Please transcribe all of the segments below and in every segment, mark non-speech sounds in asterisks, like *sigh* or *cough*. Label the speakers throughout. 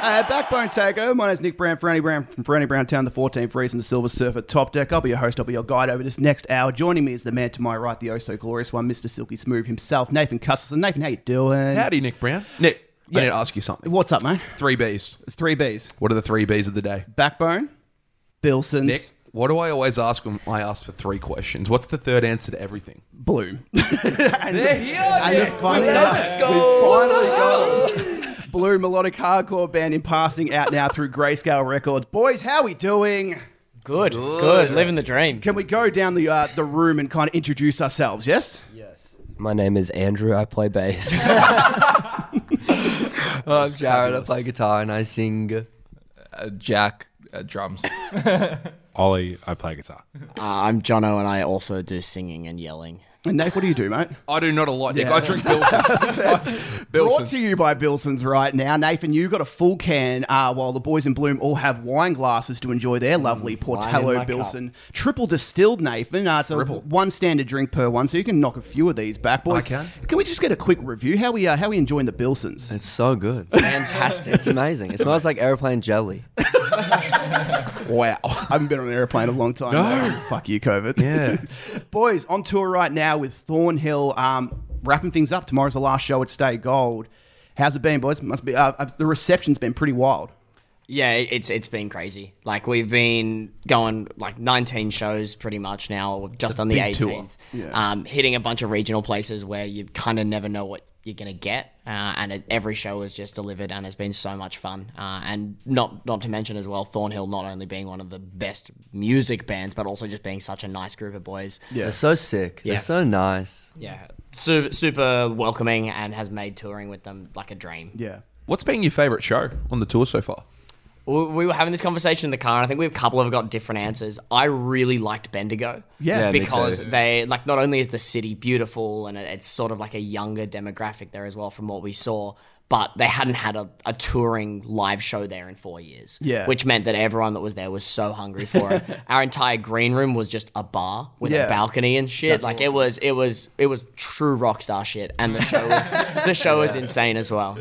Speaker 1: Uh, Backbone Takeover. My name's Nick Brown, Franny Brown from Franny Brown Town, the 14th Reason, the Silver Surfer, Top Deck. I'll be your host. I'll be your guide over this next hour. Joining me is the man to my right, the oh so glorious one, Mr. Silky Smooth himself, Nathan Custerson. Nathan, how you doing?
Speaker 2: Howdy, Nick Brown. Nick, I
Speaker 1: Yes.
Speaker 2: need to ask you something.
Speaker 1: What's up, mate?
Speaker 2: Three Bs.
Speaker 1: Three Bs.
Speaker 2: What are the three Bs of the day?
Speaker 1: Backbone, Bilsons,
Speaker 2: Nick, what do I always ask when I ask for three questions? What's the third answer to everything?
Speaker 1: Bloom. *laughs* and
Speaker 2: There he are,
Speaker 1: and
Speaker 2: Nick.
Speaker 1: the funniest,
Speaker 2: Let's
Speaker 1: we
Speaker 2: go.
Speaker 1: finally got *laughs* it. Blue melodic hardcore band in passing out now through Grayscale Records. Boys, how we doing?
Speaker 3: Good, good, living the dream.
Speaker 1: Can we go down the uh, the room and kind of introduce ourselves? Yes.
Speaker 4: My name is Andrew. I play
Speaker 5: *laughs*
Speaker 4: bass.
Speaker 5: I'm Jared. I play guitar and I sing. Uh, Jack uh, drums.
Speaker 6: Ollie, I play guitar.
Speaker 3: Uh, I'm Jono, and I also do singing and yelling.
Speaker 1: And Nate, what do you do, mate?
Speaker 2: I do not a lot, Nick.
Speaker 1: Yeah.
Speaker 2: I drink Bilsons.
Speaker 1: Brought to you by Bilsons right now. Nathan, you've got a full can uh, while the boys in Bloom all have wine glasses to enjoy
Speaker 2: Mm,
Speaker 1: their lovely Portello
Speaker 3: my cup.
Speaker 1: Bilson. Triple distilled, Nathan. Uh, it's a
Speaker 2: Triple.
Speaker 1: one standard drink per one, so you can knock a few of these back, boys.
Speaker 2: Okay.
Speaker 1: Can we just get a quick review? How we uh, how we enjoying the Bilsons?
Speaker 5: It's so good.
Speaker 3: Fantastic.
Speaker 5: It's amazing. It smells like airplane jelly.
Speaker 2: wow.
Speaker 1: I haven't been on an airplane in a long time.
Speaker 2: No.
Speaker 1: though. Fuck you, COVID.
Speaker 2: Yeah.
Speaker 1: *laughs* Boys, on tour right now with Thornhill, um, wrapping things up. Tomorrow's the last show at Stay Gold. How's it been, boys? Must be uh, uh, the reception's been pretty wild.
Speaker 3: Yeah, it- it's it's been crazy. Like we've been going like 19 shows pretty much now. We've just on the
Speaker 2: big
Speaker 3: 18th,
Speaker 2: tour.
Speaker 1: Yeah.
Speaker 3: um, hitting a bunch of regional places where you kind of never know what you're gonna get. Uh, and it, every show has just delivered, and it's been so much fun. Uh, and not not to mention as well, Thornhill not only being one of the best music bands, but also just being such a nice group of boys.
Speaker 5: They're so sick.
Speaker 3: Yeah.
Speaker 5: They're so nice.
Speaker 3: Yeah, super, super welcoming and has made touring with them like a dream.
Speaker 1: Yeah.
Speaker 2: What's been your favourite show on the tour so far?
Speaker 3: We, we were having this conversation in the car, and I think we have a couple of got different answers. I really liked Bendigo.
Speaker 1: Yeah, Yeah,
Speaker 5: me
Speaker 3: because
Speaker 5: too.
Speaker 3: they like not only is the city beautiful and it- it's sort of like a younger demographic there as well from what we saw, but they hadn't had a, a touring live show there in four years.
Speaker 1: Yeah.
Speaker 3: Which meant that everyone that was there was so hungry for
Speaker 1: *laughs*
Speaker 3: it. Our entire green room was just a bar with
Speaker 1: Yeah.
Speaker 3: a balcony and shit. like it was it was it was true rock star shit. And the show
Speaker 1: *laughs*
Speaker 3: was the show was insane as well.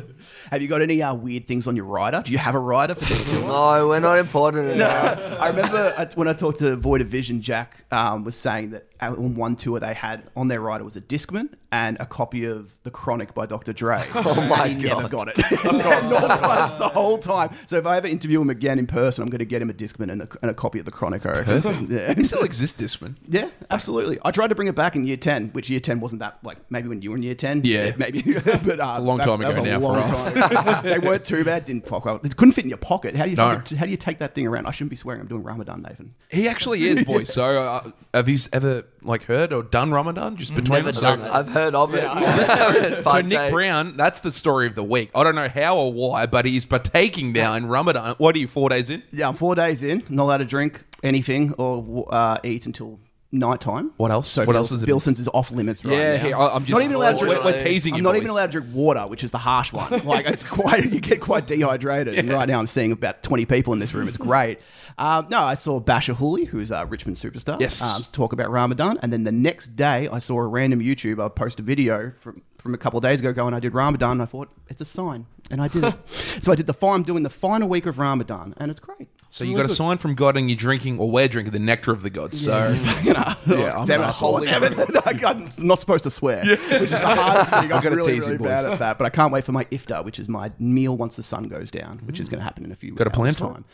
Speaker 1: Have you got any uh, weird things on your rider? Do you have a rider for this *laughs* tour?
Speaker 5: No, we're not important enough.
Speaker 1: I remember I- when I talked to Void of Vision, Jack um, was saying that on one tour they had on their rider was a Discman and a copy of The Chronic by Dr. Dre. *laughs* Oh my and *laughs* he Never got it. Not once the whole time. So if I ever interview him again in person, I'm going to get him a Discman and a, and a copy of The Chronic. I reckon. *laughs*
Speaker 2: It
Speaker 1: Yeah.
Speaker 2: still exists, this one.
Speaker 1: yeah, absolutely. I tried to bring it back in year ten, which year ten wasn't that like maybe when you were in year ten.
Speaker 2: Yeah.
Speaker 1: *laughs* maybe. but uh,
Speaker 2: a long
Speaker 1: that-
Speaker 2: time
Speaker 1: that was
Speaker 2: ago
Speaker 1: a
Speaker 2: now for
Speaker 1: long
Speaker 2: us.
Speaker 1: time. *laughs* they weren't too bad. Didn't pop well. It couldn't fit in your pocket. How do you
Speaker 2: No.
Speaker 1: fucking- how do you take that thing around? I shouldn't be swearing. I'm doing Ramadan, Nathan.
Speaker 2: He actually is, boy. So, uh, have you ever like heard or done Ramadan just between us? So- uh,
Speaker 5: I've heard of *laughs* it. Yeah.
Speaker 2: So Nick Brown, that's the story of the week. I don't know how or why, but he's partaking now in Ramadan. What are you four days in?
Speaker 1: Yeah, I'm four days in, not allowed to drink anything or uh, eat until night time.
Speaker 2: What else?
Speaker 1: So
Speaker 2: What
Speaker 1: Bils-
Speaker 2: else is it?
Speaker 1: Bilson's is off limits right
Speaker 2: Yeah,
Speaker 1: now.
Speaker 2: here, I- I'm just-
Speaker 1: not even allowed to
Speaker 2: we're-
Speaker 1: drink.
Speaker 2: we're teasing
Speaker 1: I'm
Speaker 2: you
Speaker 1: not
Speaker 2: boys.
Speaker 1: even allowed to drink water, which is the harsh
Speaker 2: *laughs*
Speaker 1: one. Like it's quite you get quite dehydrated. And right now, I'm seeing about 20 people in this room. It's great. Um, no, I saw Basher Hooley, who's a Richmond superstar.
Speaker 2: Yes.
Speaker 1: um, talk about Ramadan, and then the next day, I saw a random YouTuber post a video from from a couple of days ago going, "I did Ramadan." And I thought it's a sign, and I did
Speaker 2: *laughs*
Speaker 1: it. so I did the. fi- I'm doing the final week of Ramadan, and it's great. *laughs*
Speaker 2: So you got a sign from God, and you're drinking, or we're drinking the nectar of the gods. *laughs* So yeah, I'm
Speaker 1: Damn it,
Speaker 2: an asshole.
Speaker 1: holy damn it. *laughs* Like, I'm not supposed to swear, which is the hardest
Speaker 2: *laughs*
Speaker 1: thing. I'm
Speaker 2: gonna
Speaker 1: really,
Speaker 2: tease you,
Speaker 1: really
Speaker 2: boys.
Speaker 1: bad at that. But I can't wait for my iftar, which is my meal once the sun goes down, which is going to happen in a few
Speaker 2: Mm. Got a
Speaker 1: hours'
Speaker 2: plan for it?
Speaker 1: time.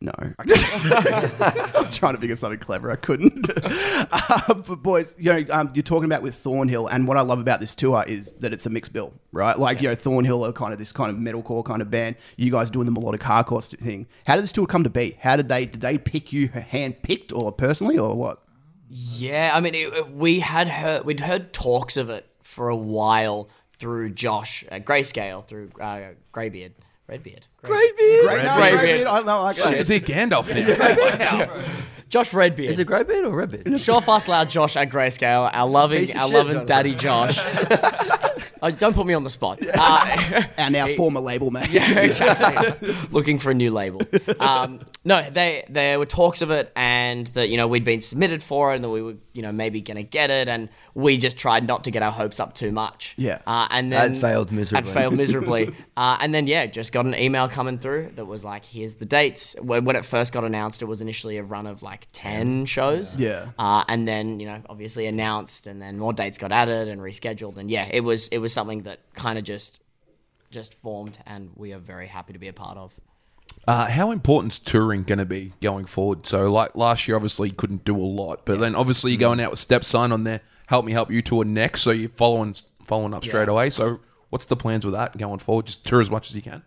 Speaker 1: No. *laughs* I'm trying to figure something clever. I couldn't. *laughs* Uh, but boys, you know, um, you're talking about with Thornhill, and what I love about this tour is that it's a mixed bill, right? Like, you know, Thornhill are kind of this kind of metalcore kind of band. You guys doing the melodic hardcore st- thing. How did this tour come to be? How did they did they pick you hand picked or personally or what?
Speaker 3: Yeah, I mean, it, it- we had heard we'd heard talks of it for a while through Josh at Grayscale, through uh, Greybeard, Redbeard, Greybeard,
Speaker 1: Great, no,
Speaker 2: Great.
Speaker 1: great. I don't like that.
Speaker 2: Is he Gandalf now?
Speaker 3: Josh Redbeard.
Speaker 5: Is it grey beard or red beard?
Speaker 3: Sure, fast, loud, Josh at Grayscale, our loving,
Speaker 5: Piece of
Speaker 3: our
Speaker 5: shit,
Speaker 3: loving
Speaker 5: Jonathan. *laughs*
Speaker 3: daddy Josh. Uh, don't put me on the spot. Uh,
Speaker 1: And our former label mate.
Speaker 5: *laughs*
Speaker 3: *laughs* exactly. Looking for a new label. Um, no, they there were talks of it, and and that you know we'd been submitted for it and that we were you know maybe gonna get it, and we just tried not to get our hopes up too much.
Speaker 1: Yeah.
Speaker 3: uh, and then
Speaker 5: I'd failed miserably.
Speaker 3: I'd failed miserably, *laughs* uh, and then yeah, just got an email coming through that was like, here's the dates. When, when it first got announced, it was initially a run of like ten shows.
Speaker 1: Yeah.
Speaker 3: uh, and then you know obviously announced, and then more dates got added and rescheduled, and yeah, it was it was something that kind of just just formed, and we are very happy to be a part of.
Speaker 2: Uh, how important's touring going to be going forward? So, like last year, obviously you couldn't do a lot, but then obviously you're going out with Step Sign on there. Help me help you tour next, so you're following following up straight away. So, what's the plans with that going forward? Just tour as much as you can.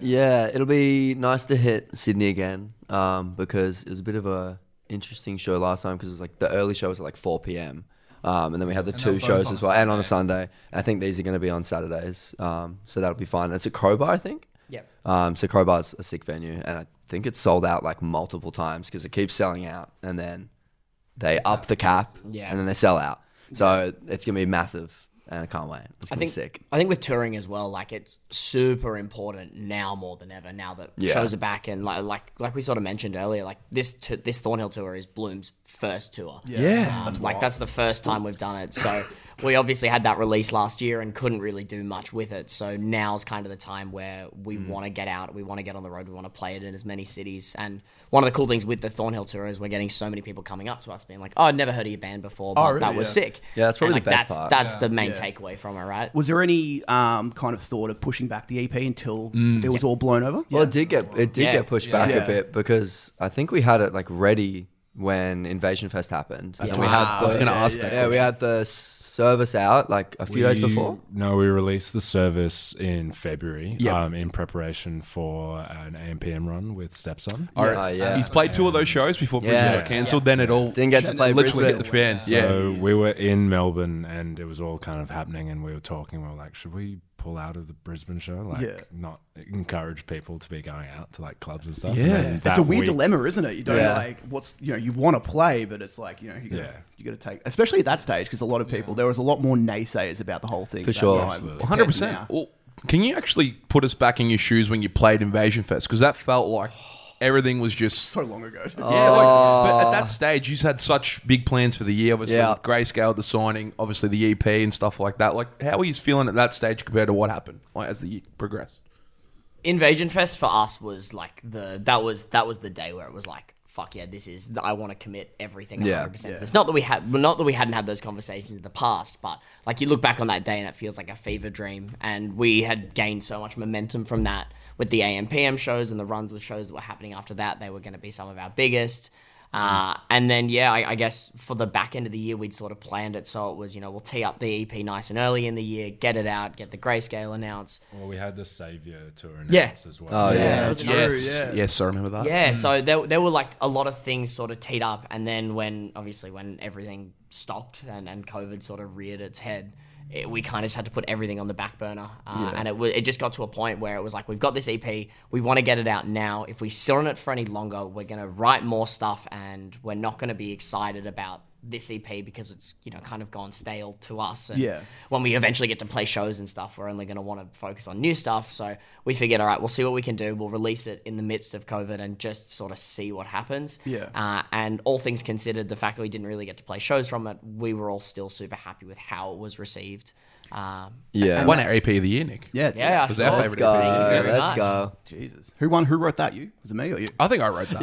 Speaker 5: Yeah, it'll be nice to hit Sydney again um, because it was a bit of a interesting show last time because it was like the early show was at like 4 p.m. Um, and then we had the two shows as well, and on a Sunday. I think these are going to be on Saturdays, um, so that'll be fine. It's at Crowbar, I think.
Speaker 3: Yep.
Speaker 5: Um, so Crowbar's a sick venue, and I think it's sold out like multiple times because it keeps selling out, and then they up the cap,
Speaker 3: Yeah.
Speaker 5: and then they sell out. So it's gonna be massive, and I can't wait. It's gonna
Speaker 3: I think
Speaker 5: be sick.
Speaker 3: I think with touring as well, like it's super important now more than ever. Now that
Speaker 5: Yeah.
Speaker 3: shows are back and like like like we sort of mentioned earlier, like this t- this Thornhill tour is Bloom's first tour. Yeah, like that's the first time we've done it. So *laughs* we obviously had that release last year and couldn't really do much with it. So now's kind of the time where we
Speaker 5: Mm.
Speaker 3: want to get out, we want to get on the road, we want to play it in as many cities. And one of the cool things with the Thornhill tour is we're getting so many people coming up to us being like, "Oh, I'd never heard of your band before, but
Speaker 1: really?
Speaker 3: that was
Speaker 1: Yeah.
Speaker 3: sick."
Speaker 5: Yeah, that's probably
Speaker 3: And,
Speaker 5: the
Speaker 3: like,
Speaker 5: best
Speaker 3: that's,
Speaker 5: part.
Speaker 3: That's the main takeaway from it, right?
Speaker 1: Was there any um, kind of thought of pushing back the EP until
Speaker 5: Mm.
Speaker 1: it was all blown over?
Speaker 5: Well, it did get it did
Speaker 3: Yeah.
Speaker 5: get pushed back
Speaker 1: Yeah.
Speaker 5: a bit because I think we had it like ready when Invasion Fest happened. And we
Speaker 2: right.
Speaker 5: had
Speaker 2: Ah, I was gonna ask
Speaker 5: yeah,
Speaker 2: that
Speaker 5: Yeah, we had the s- service out like a few days
Speaker 6: We-
Speaker 5: before.
Speaker 6: No, we released the service in February
Speaker 5: Yep.
Speaker 6: um, in preparation for an AMPM run with Stepson.
Speaker 2: All
Speaker 5: Ah,
Speaker 2: right.
Speaker 5: yeah.
Speaker 2: He's played two of those shows before
Speaker 5: Yeah.
Speaker 2: Brisbane got cancelled. Then it all
Speaker 5: Didn't get to play
Speaker 2: literally hit
Speaker 5: Brisbane.
Speaker 2: the fans. Yeah.
Speaker 6: So we were in Melbourne and it was all kind of happening and we were talking. We were like, should we pull out of the Brisbane show? Like,
Speaker 1: Yeah.
Speaker 6: not encourage people to be going out to like clubs and stuff.
Speaker 2: Yeah.
Speaker 1: It's a weird dilemma, isn't it? You don't
Speaker 5: Yeah.
Speaker 1: like what's you know you want to play, but it's like you know you gotta,
Speaker 6: Yeah.
Speaker 1: you got to take, especially at that stage, because a lot of people there was a lot more naysayers about the whole thing
Speaker 5: For
Speaker 1: at that
Speaker 5: sure.
Speaker 1: time.
Speaker 6: Absolutely.
Speaker 2: Hundred percent.
Speaker 1: Yeah.
Speaker 2: Well, can you actually put us back in your shoes when you played Invasion Fest? Because that felt like everything was just Ah.
Speaker 1: So long ago.
Speaker 5: Oh.
Speaker 2: Yeah, like, but at that stage, you've had such big plans for the year, obviously
Speaker 5: Yeah.
Speaker 2: with Grayscale, the signing, obviously the EP and stuff like that. Like, how are you feeling at that stage compared to what happened like, as the year progressed?
Speaker 3: Invasion Fest for us was like the that was that was the day where it was like fuck yeah this is I want to commit everything 100%
Speaker 5: Yeah.
Speaker 3: to this. Not that we had well, not that we hadn't had those conversations in the past, but like you look back on that day and it feels like a fever dream and we had gained so much momentum from that with the AMPM shows and the runs with shows that were happening after that they were going to be some of our biggest. Uh, and then yeah, I, I guess for the back end of the year we'd sort of planned it so it was you know we'll tee up the EP nice and early in the year, get it out, get the grayscale announced,
Speaker 6: Well, we had the Savior tour
Speaker 3: Yeah.
Speaker 6: announced as well.
Speaker 5: Oh, yeah.
Speaker 3: was
Speaker 2: yes, yes, I remember that.
Speaker 3: Yeah, so there, there were like a lot of things sort of teed up, and then when obviously when everything stopped and, and COVID sort of reared its head, it, we kind of just had to put everything on the back burner, uh, and it wa- it just got to a point where it was like we've got this EP, we want to get it out now. If we sit on it for any longer, we're gonna write more stuff, and we're not gonna be excited about this EP because it's you know kind of gone stale to us. And
Speaker 1: Yeah.
Speaker 3: when we eventually get to play shows and stuff, we're only going to want to focus on new stuff. So we figured, all right, we'll see what we can do. We'll release it in the midst of COVID and just sort of see what happens.
Speaker 1: Yeah.
Speaker 3: Uh, and all things considered, the fact that we didn't really get to play shows from it, we were all still super happy with how it was received. Um,
Speaker 5: Yeah,
Speaker 2: Won our EP of the year, Nick.
Speaker 1: yeah,
Speaker 3: yeah, I
Speaker 2: Was our
Speaker 3: saw it.
Speaker 5: let's
Speaker 2: favorite E
Speaker 5: go.
Speaker 2: EP.
Speaker 3: very
Speaker 5: Let's
Speaker 3: much.
Speaker 5: go.
Speaker 1: Jesus, who won? Who wrote that? You was it me or you?
Speaker 2: I think I wrote that.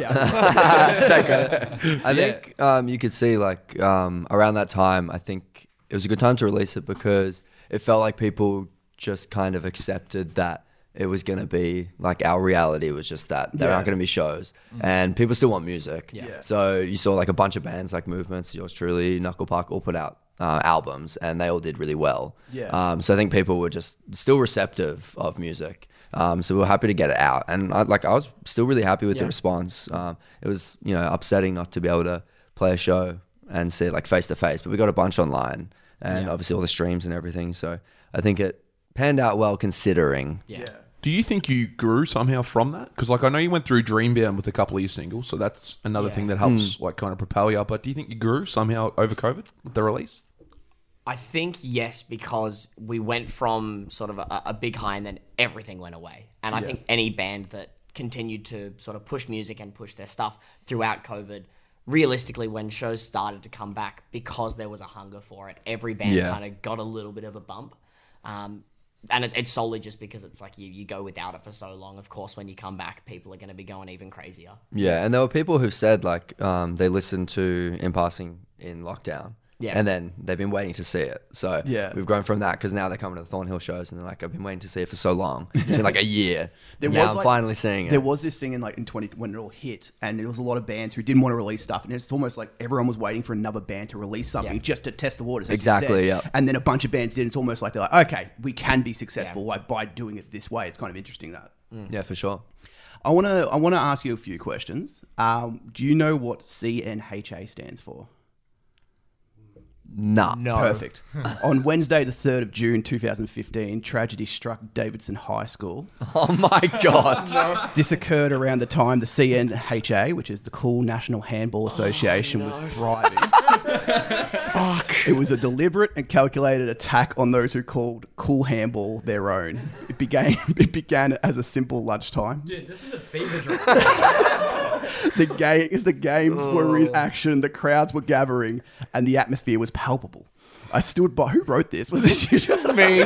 Speaker 5: *laughs* I think um, you could see like um, around that time. I think it was a good time to release it because it felt like people just kind of accepted that it was going to be like our reality was just that there aren't going to be shows and people still want music.
Speaker 1: Yeah.
Speaker 5: So you saw like a bunch of bands like Movements, yours truly, Knuckle Puck, all put out. Uh, albums and they all did really well.
Speaker 1: Yeah.
Speaker 5: Um, so I think people were just still receptive of music. Um, so we were happy to get it out, and I, like I was still really happy with the response. Um, it was you know upsetting not to be able to play a show and see it like face to face, but we got a bunch online and obviously all the streams and everything. So I think it panned out well considering. Yeah.
Speaker 2: Do you think you grew somehow from that? Because like I know you went through Dreambound with a couple of your singles, so that's another thing that helps like kind of propel you up. But do you think you grew somehow over COVID with the release?
Speaker 3: I think yes, because we went from sort of a, a big high and then everything went away. And I think any band that continued to sort of push music and push their stuff throughout COVID realistically when shows started to come back because there was a hunger for it every band
Speaker 5: Yeah.
Speaker 3: kind of got a little bit of a bump um, and it, it's solely just because it's like you, you go without it for so long of course when you come back people are going to be going even crazier
Speaker 5: Yeah, and there were people who've said like um, they listened to In Passing in lockdown.
Speaker 3: Yeah.
Speaker 5: And then they've been waiting to see it. So
Speaker 1: Yeah.
Speaker 5: we've grown from that because now they're coming to the Thornhill shows and they're like, I've been waiting to see it for so
Speaker 7: *laughs*
Speaker 5: long. It's been like a year.
Speaker 1: There
Speaker 5: now
Speaker 1: was,
Speaker 5: I'm
Speaker 1: like-
Speaker 5: finally seeing it.
Speaker 1: There was this thing in like in 20 when it all hit, and there was a lot of bands who didn't want to release stuff, and it's almost like everyone was waiting for another band to release something
Speaker 3: Yeah.
Speaker 1: just to test the waters. as you
Speaker 5: Exactly,
Speaker 1: said.
Speaker 5: yeah.
Speaker 1: And then a bunch of bands did. It's almost like they're like, okay, we can be successful by, by doing it this way. It's kind of interesting that.
Speaker 5: yeah, for sure.
Speaker 1: I want to I want to ask you a few questions. Um, do you know what CNHA stands for?
Speaker 5: Nah.
Speaker 1: Perfect. On Wednesday, the 3rd of June 2015, tragedy struck Davidson High School.
Speaker 5: *laughs* *laughs* Oh
Speaker 7: *laughs*
Speaker 5: my *laughs* God.
Speaker 1: This occurred around the time the CNHA, which is the Cool National Handball Association, was thriving. Fuck. It was a deliberate and calculated attack on those who called cool handball their own. It began, *laughs* it began as a simple lunchtime.
Speaker 7: Dude, this is a fever dream.
Speaker 1: The, ga- the games were in action, the crowds were gathering, and the atmosphere was palpable. I stood by. Who wrote this? Was this you? *laughs* Just Oh. me.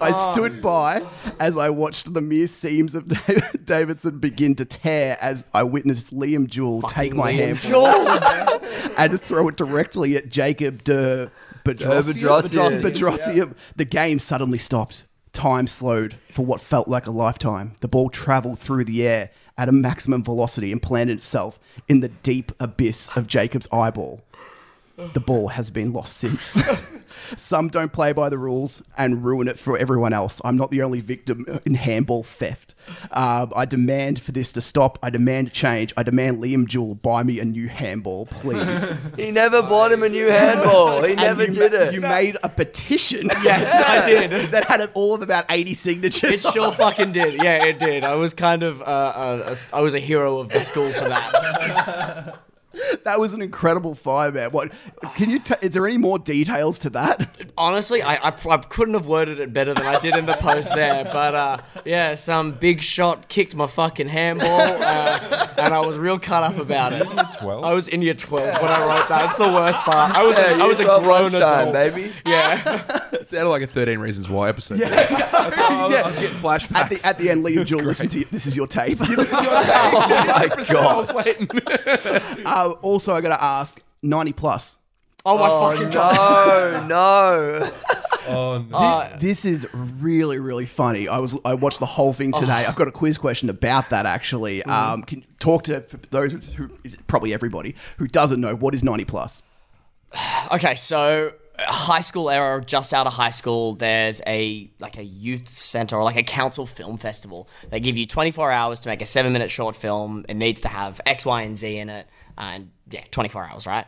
Speaker 1: I stood by as I watched the mere seams of *laughs* David- Davidson begin to tear as I witnessed Liam Jewell take my handball *laughs* and throw it directly at Jacob de
Speaker 5: Bedrosian.
Speaker 1: Bedrosium. Bedrosium. The game suddenly stopped. Time slowed for what felt like a lifetime. The ball traveled through the air at a maximum velocity and planted itself in the deep abyss of Jacob's eyeball. The ball has been lost since. *laughs* Some don't play by the rules and ruin it for everyone else. I'm not the only victim in handball theft. Um, I demand for this to stop. I demand change. I demand Liam Jewell buy me a new handball, please.
Speaker 5: *laughs* he never bought him a new handball. He never
Speaker 1: you
Speaker 5: did
Speaker 1: ma-
Speaker 5: it.
Speaker 1: You made a
Speaker 5: *laughs*
Speaker 1: petition. Yes, I did. *laughs* That had all of about 80 signatures.
Speaker 7: It sure fucking did. Yeah, it did. I was kind of, uh, uh, a- I was a hero of the school for that.
Speaker 1: That was an incredible fire, man. What? Can you? T- is there any more details to that?
Speaker 7: Honestly, I, I, pr- I couldn't have worded it better than I did in the post there. But uh, yeah, some big shot kicked my fucking handball, uh, and I was real cut up about it.
Speaker 6: Twelve.
Speaker 5: Oh,
Speaker 7: I was in year 12 when I wrote that. It's the worst part. I was,
Speaker 5: Yeah,
Speaker 7: a, I
Speaker 5: year
Speaker 7: was a
Speaker 5: 12
Speaker 7: grown
Speaker 5: lunchtime,
Speaker 7: adult.
Speaker 5: baby.
Speaker 7: Yeah.
Speaker 2: It sounded like a 13 Reasons Why episode. Yeah. That's how I, was, I was getting flashbacks.
Speaker 1: At the, at the end, Liam Jewell, listen to you. This is your tape. *laughs*
Speaker 5: Oh my God.
Speaker 1: Uh, also, I got to ask 90 plus.
Speaker 7: Oh, my fucking God.
Speaker 5: No, no.
Speaker 1: This is really, really funny. I was I watched the whole thing today. I've got a quiz question about that actually. Um, can talk to for those who, who is probably everybody who doesn't know what is ninety plus.
Speaker 3: Okay, so uh, high school era, just out of high school, there's a like a youth center or like a council film festival. They give you 24 hours to make a seven minute short film. It needs to have X, Y, and Z in it, and yeah, 24 hours, right?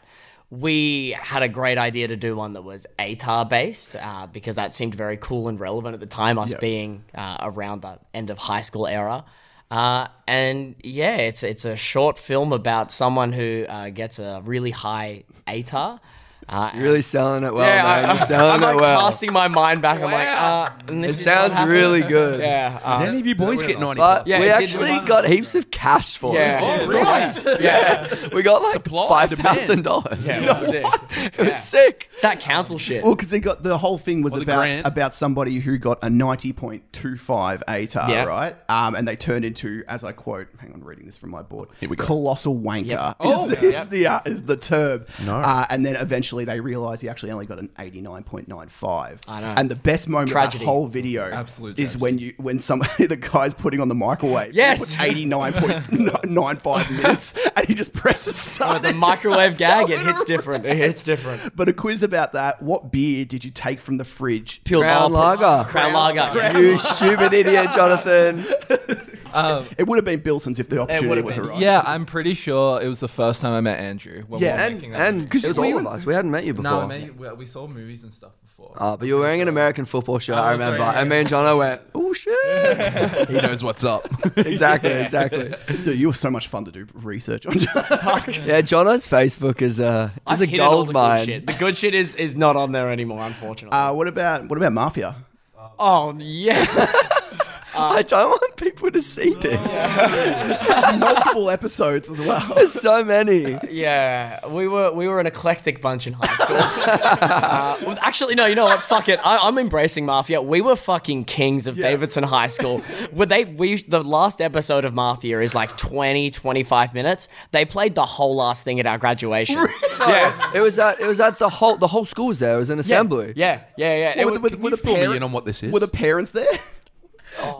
Speaker 3: We had a great idea to do one that was ATAR based uh, because that seemed very cool and relevant at the time, us being uh, around the end of high school era. Uh, and yeah, it's it's a short film about someone who uh, gets a really high ATAR. Uh,
Speaker 5: You're really selling it well,
Speaker 7: Yeah, I,
Speaker 5: man. You're
Speaker 7: am
Speaker 5: selling
Speaker 7: like
Speaker 5: it well.
Speaker 7: casting my mind back. I'm like, uh, and
Speaker 5: it
Speaker 7: this is what
Speaker 5: sounds
Speaker 7: happened.
Speaker 5: really good.
Speaker 7: *laughs* Yeah. uh,
Speaker 2: Did any of you boys get 90
Speaker 5: But
Speaker 2: plus?
Speaker 7: Yeah,
Speaker 5: we
Speaker 7: it did
Speaker 5: actually
Speaker 7: move on.
Speaker 5: got heaps of cash for
Speaker 7: Yeah.
Speaker 5: it.
Speaker 7: Oh,
Speaker 5: Uh, really? Yeah. We got like
Speaker 2: Supply and demand.
Speaker 5: $5,000.
Speaker 7: Yeah, it was sick.
Speaker 5: *laughs* It was sick.
Speaker 3: It's that council shit.
Speaker 1: Well, because they got the whole thing was
Speaker 2: Or the
Speaker 1: about
Speaker 2: grant.
Speaker 1: about somebody who got a ninety point two five ATAR,
Speaker 3: Yeah.
Speaker 1: right? Um, and they turned into, as I quote, hang on, reading this from my board,
Speaker 2: Here we go.
Speaker 1: colossal wanker is,
Speaker 2: Oh,
Speaker 1: the, is, the, uh, is the term.
Speaker 2: No.
Speaker 1: Uh, and then eventually they realized he actually only got an eighty nine point nine five.
Speaker 3: I know.
Speaker 1: And the best moment of
Speaker 3: Tragedy.
Speaker 1: that whole video
Speaker 2: Absolute
Speaker 1: is
Speaker 2: tragedy.
Speaker 1: when you when somebody *laughs* the guy's putting on the microwave.
Speaker 3: Yes.
Speaker 1: eighty nine point nine five minutes, and he just presses start.
Speaker 7: Uh, the
Speaker 1: and it
Speaker 7: *laughs* microwave
Speaker 1: starts
Speaker 7: gag, it
Speaker 1: going
Speaker 7: hits different. It hits different.
Speaker 1: but a quiz about that. What beer did you take from the fridge?
Speaker 3: Peeled
Speaker 5: Crown
Speaker 3: off-
Speaker 5: Lager.
Speaker 3: Crown Lager. yeah.
Speaker 5: You stupid idiot, Jonathan.
Speaker 1: It would have been Bilson's if the opportunity was arrived.
Speaker 7: Yeah.
Speaker 8: Yeah, I'm pretty sure it was the first time I met Andrew. When we
Speaker 1: Yeah,
Speaker 8: were
Speaker 5: And,
Speaker 8: making that
Speaker 5: and
Speaker 8: movie.
Speaker 5: it was all of us. We hadn't met you before.
Speaker 8: no, maybe we, we saw movies and stuff before.
Speaker 5: Oh, but you were wearing an American football shirt, I
Speaker 8: sorry,
Speaker 5: remember.
Speaker 8: yeah.
Speaker 5: And me and Jono went, oh, shit.
Speaker 2: *laughs* He knows what's up.
Speaker 5: *laughs*
Speaker 1: *laughs*
Speaker 5: exactly, exactly.
Speaker 1: Dude, you were so much fun to do research on. *laughs*
Speaker 5: Yeah, Jono's Facebook is, uh, is a
Speaker 7: Hidden all
Speaker 5: gold
Speaker 7: the good
Speaker 5: mine.
Speaker 7: shit. The good shit is is not Uh, on there anymore, unfortunately.
Speaker 1: uh, what about what about Mafia?
Speaker 7: oh yes.
Speaker 5: *laughs* I don't want people to see this.
Speaker 1: Multiple episodes as well.
Speaker 5: There's so many.
Speaker 3: Yeah, we were we were an eclectic bunch in high school. uh, well, actually, no, you know what? Fuck it. I, I'm embracing Mafia. We were fucking kings of Davidson High School. Were they? We the last episode of Mafia is like 20, 25 minutes. They played the whole last thing at our graduation.
Speaker 5: Yeah, it was at it was at the whole the whole school was there. It was an assembly.
Speaker 3: yeah, yeah, yeah. It
Speaker 1: Were the-
Speaker 3: was,
Speaker 1: were the- were the
Speaker 2: Fill me in
Speaker 1: parent-
Speaker 2: on what this is.
Speaker 1: Were the parents there?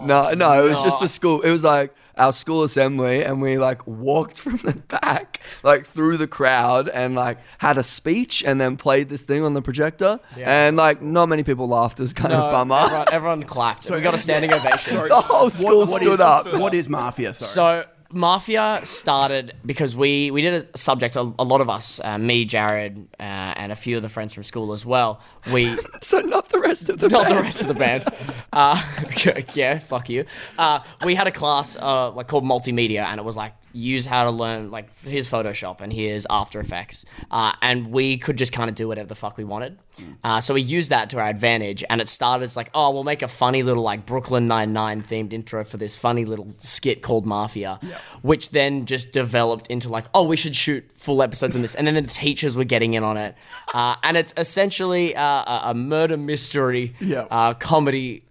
Speaker 5: No, no, it was just the school. It was like our school assembly, and we like walked *laughs* from the back, like through the crowd, and like had a speech, and then played this thing on the projector, and like not many people laughed. It was kind of bummer.
Speaker 3: Everyone, everyone clapped. we got a standing ovation.
Speaker 5: The whole school stood
Speaker 1: is,
Speaker 5: up.
Speaker 1: What is mafia? Sorry.
Speaker 3: So Mafia started because we we did a subject. A, a lot of us, uh, me, Jared, uh, and a few of the friends from school as well. We
Speaker 5: *laughs* So not the rest of the
Speaker 3: not the
Speaker 5: band.
Speaker 3: rest of
Speaker 5: *laughs*
Speaker 3: the band. Uh, *laughs* yeah, fuck you. Uh, we had a class uh, like called multimedia, and it was like use how to learn like here's Photoshop and here's After Effects, uh, and we could just kind of do whatever the fuck we wanted.
Speaker 5: Mm.
Speaker 3: Uh, so we used that to our advantage, and it started as like oh we'll make a funny little like Brooklyn Nine Nine themed intro for this funny little skit called Mafia, which then just developed into like oh we should shoot full episodes on this, and then the teachers were getting in
Speaker 1: *laughs*
Speaker 3: on it, uh, and it's essentially uh, a, a murder mystery
Speaker 1: Yeah.
Speaker 3: uh, comedy.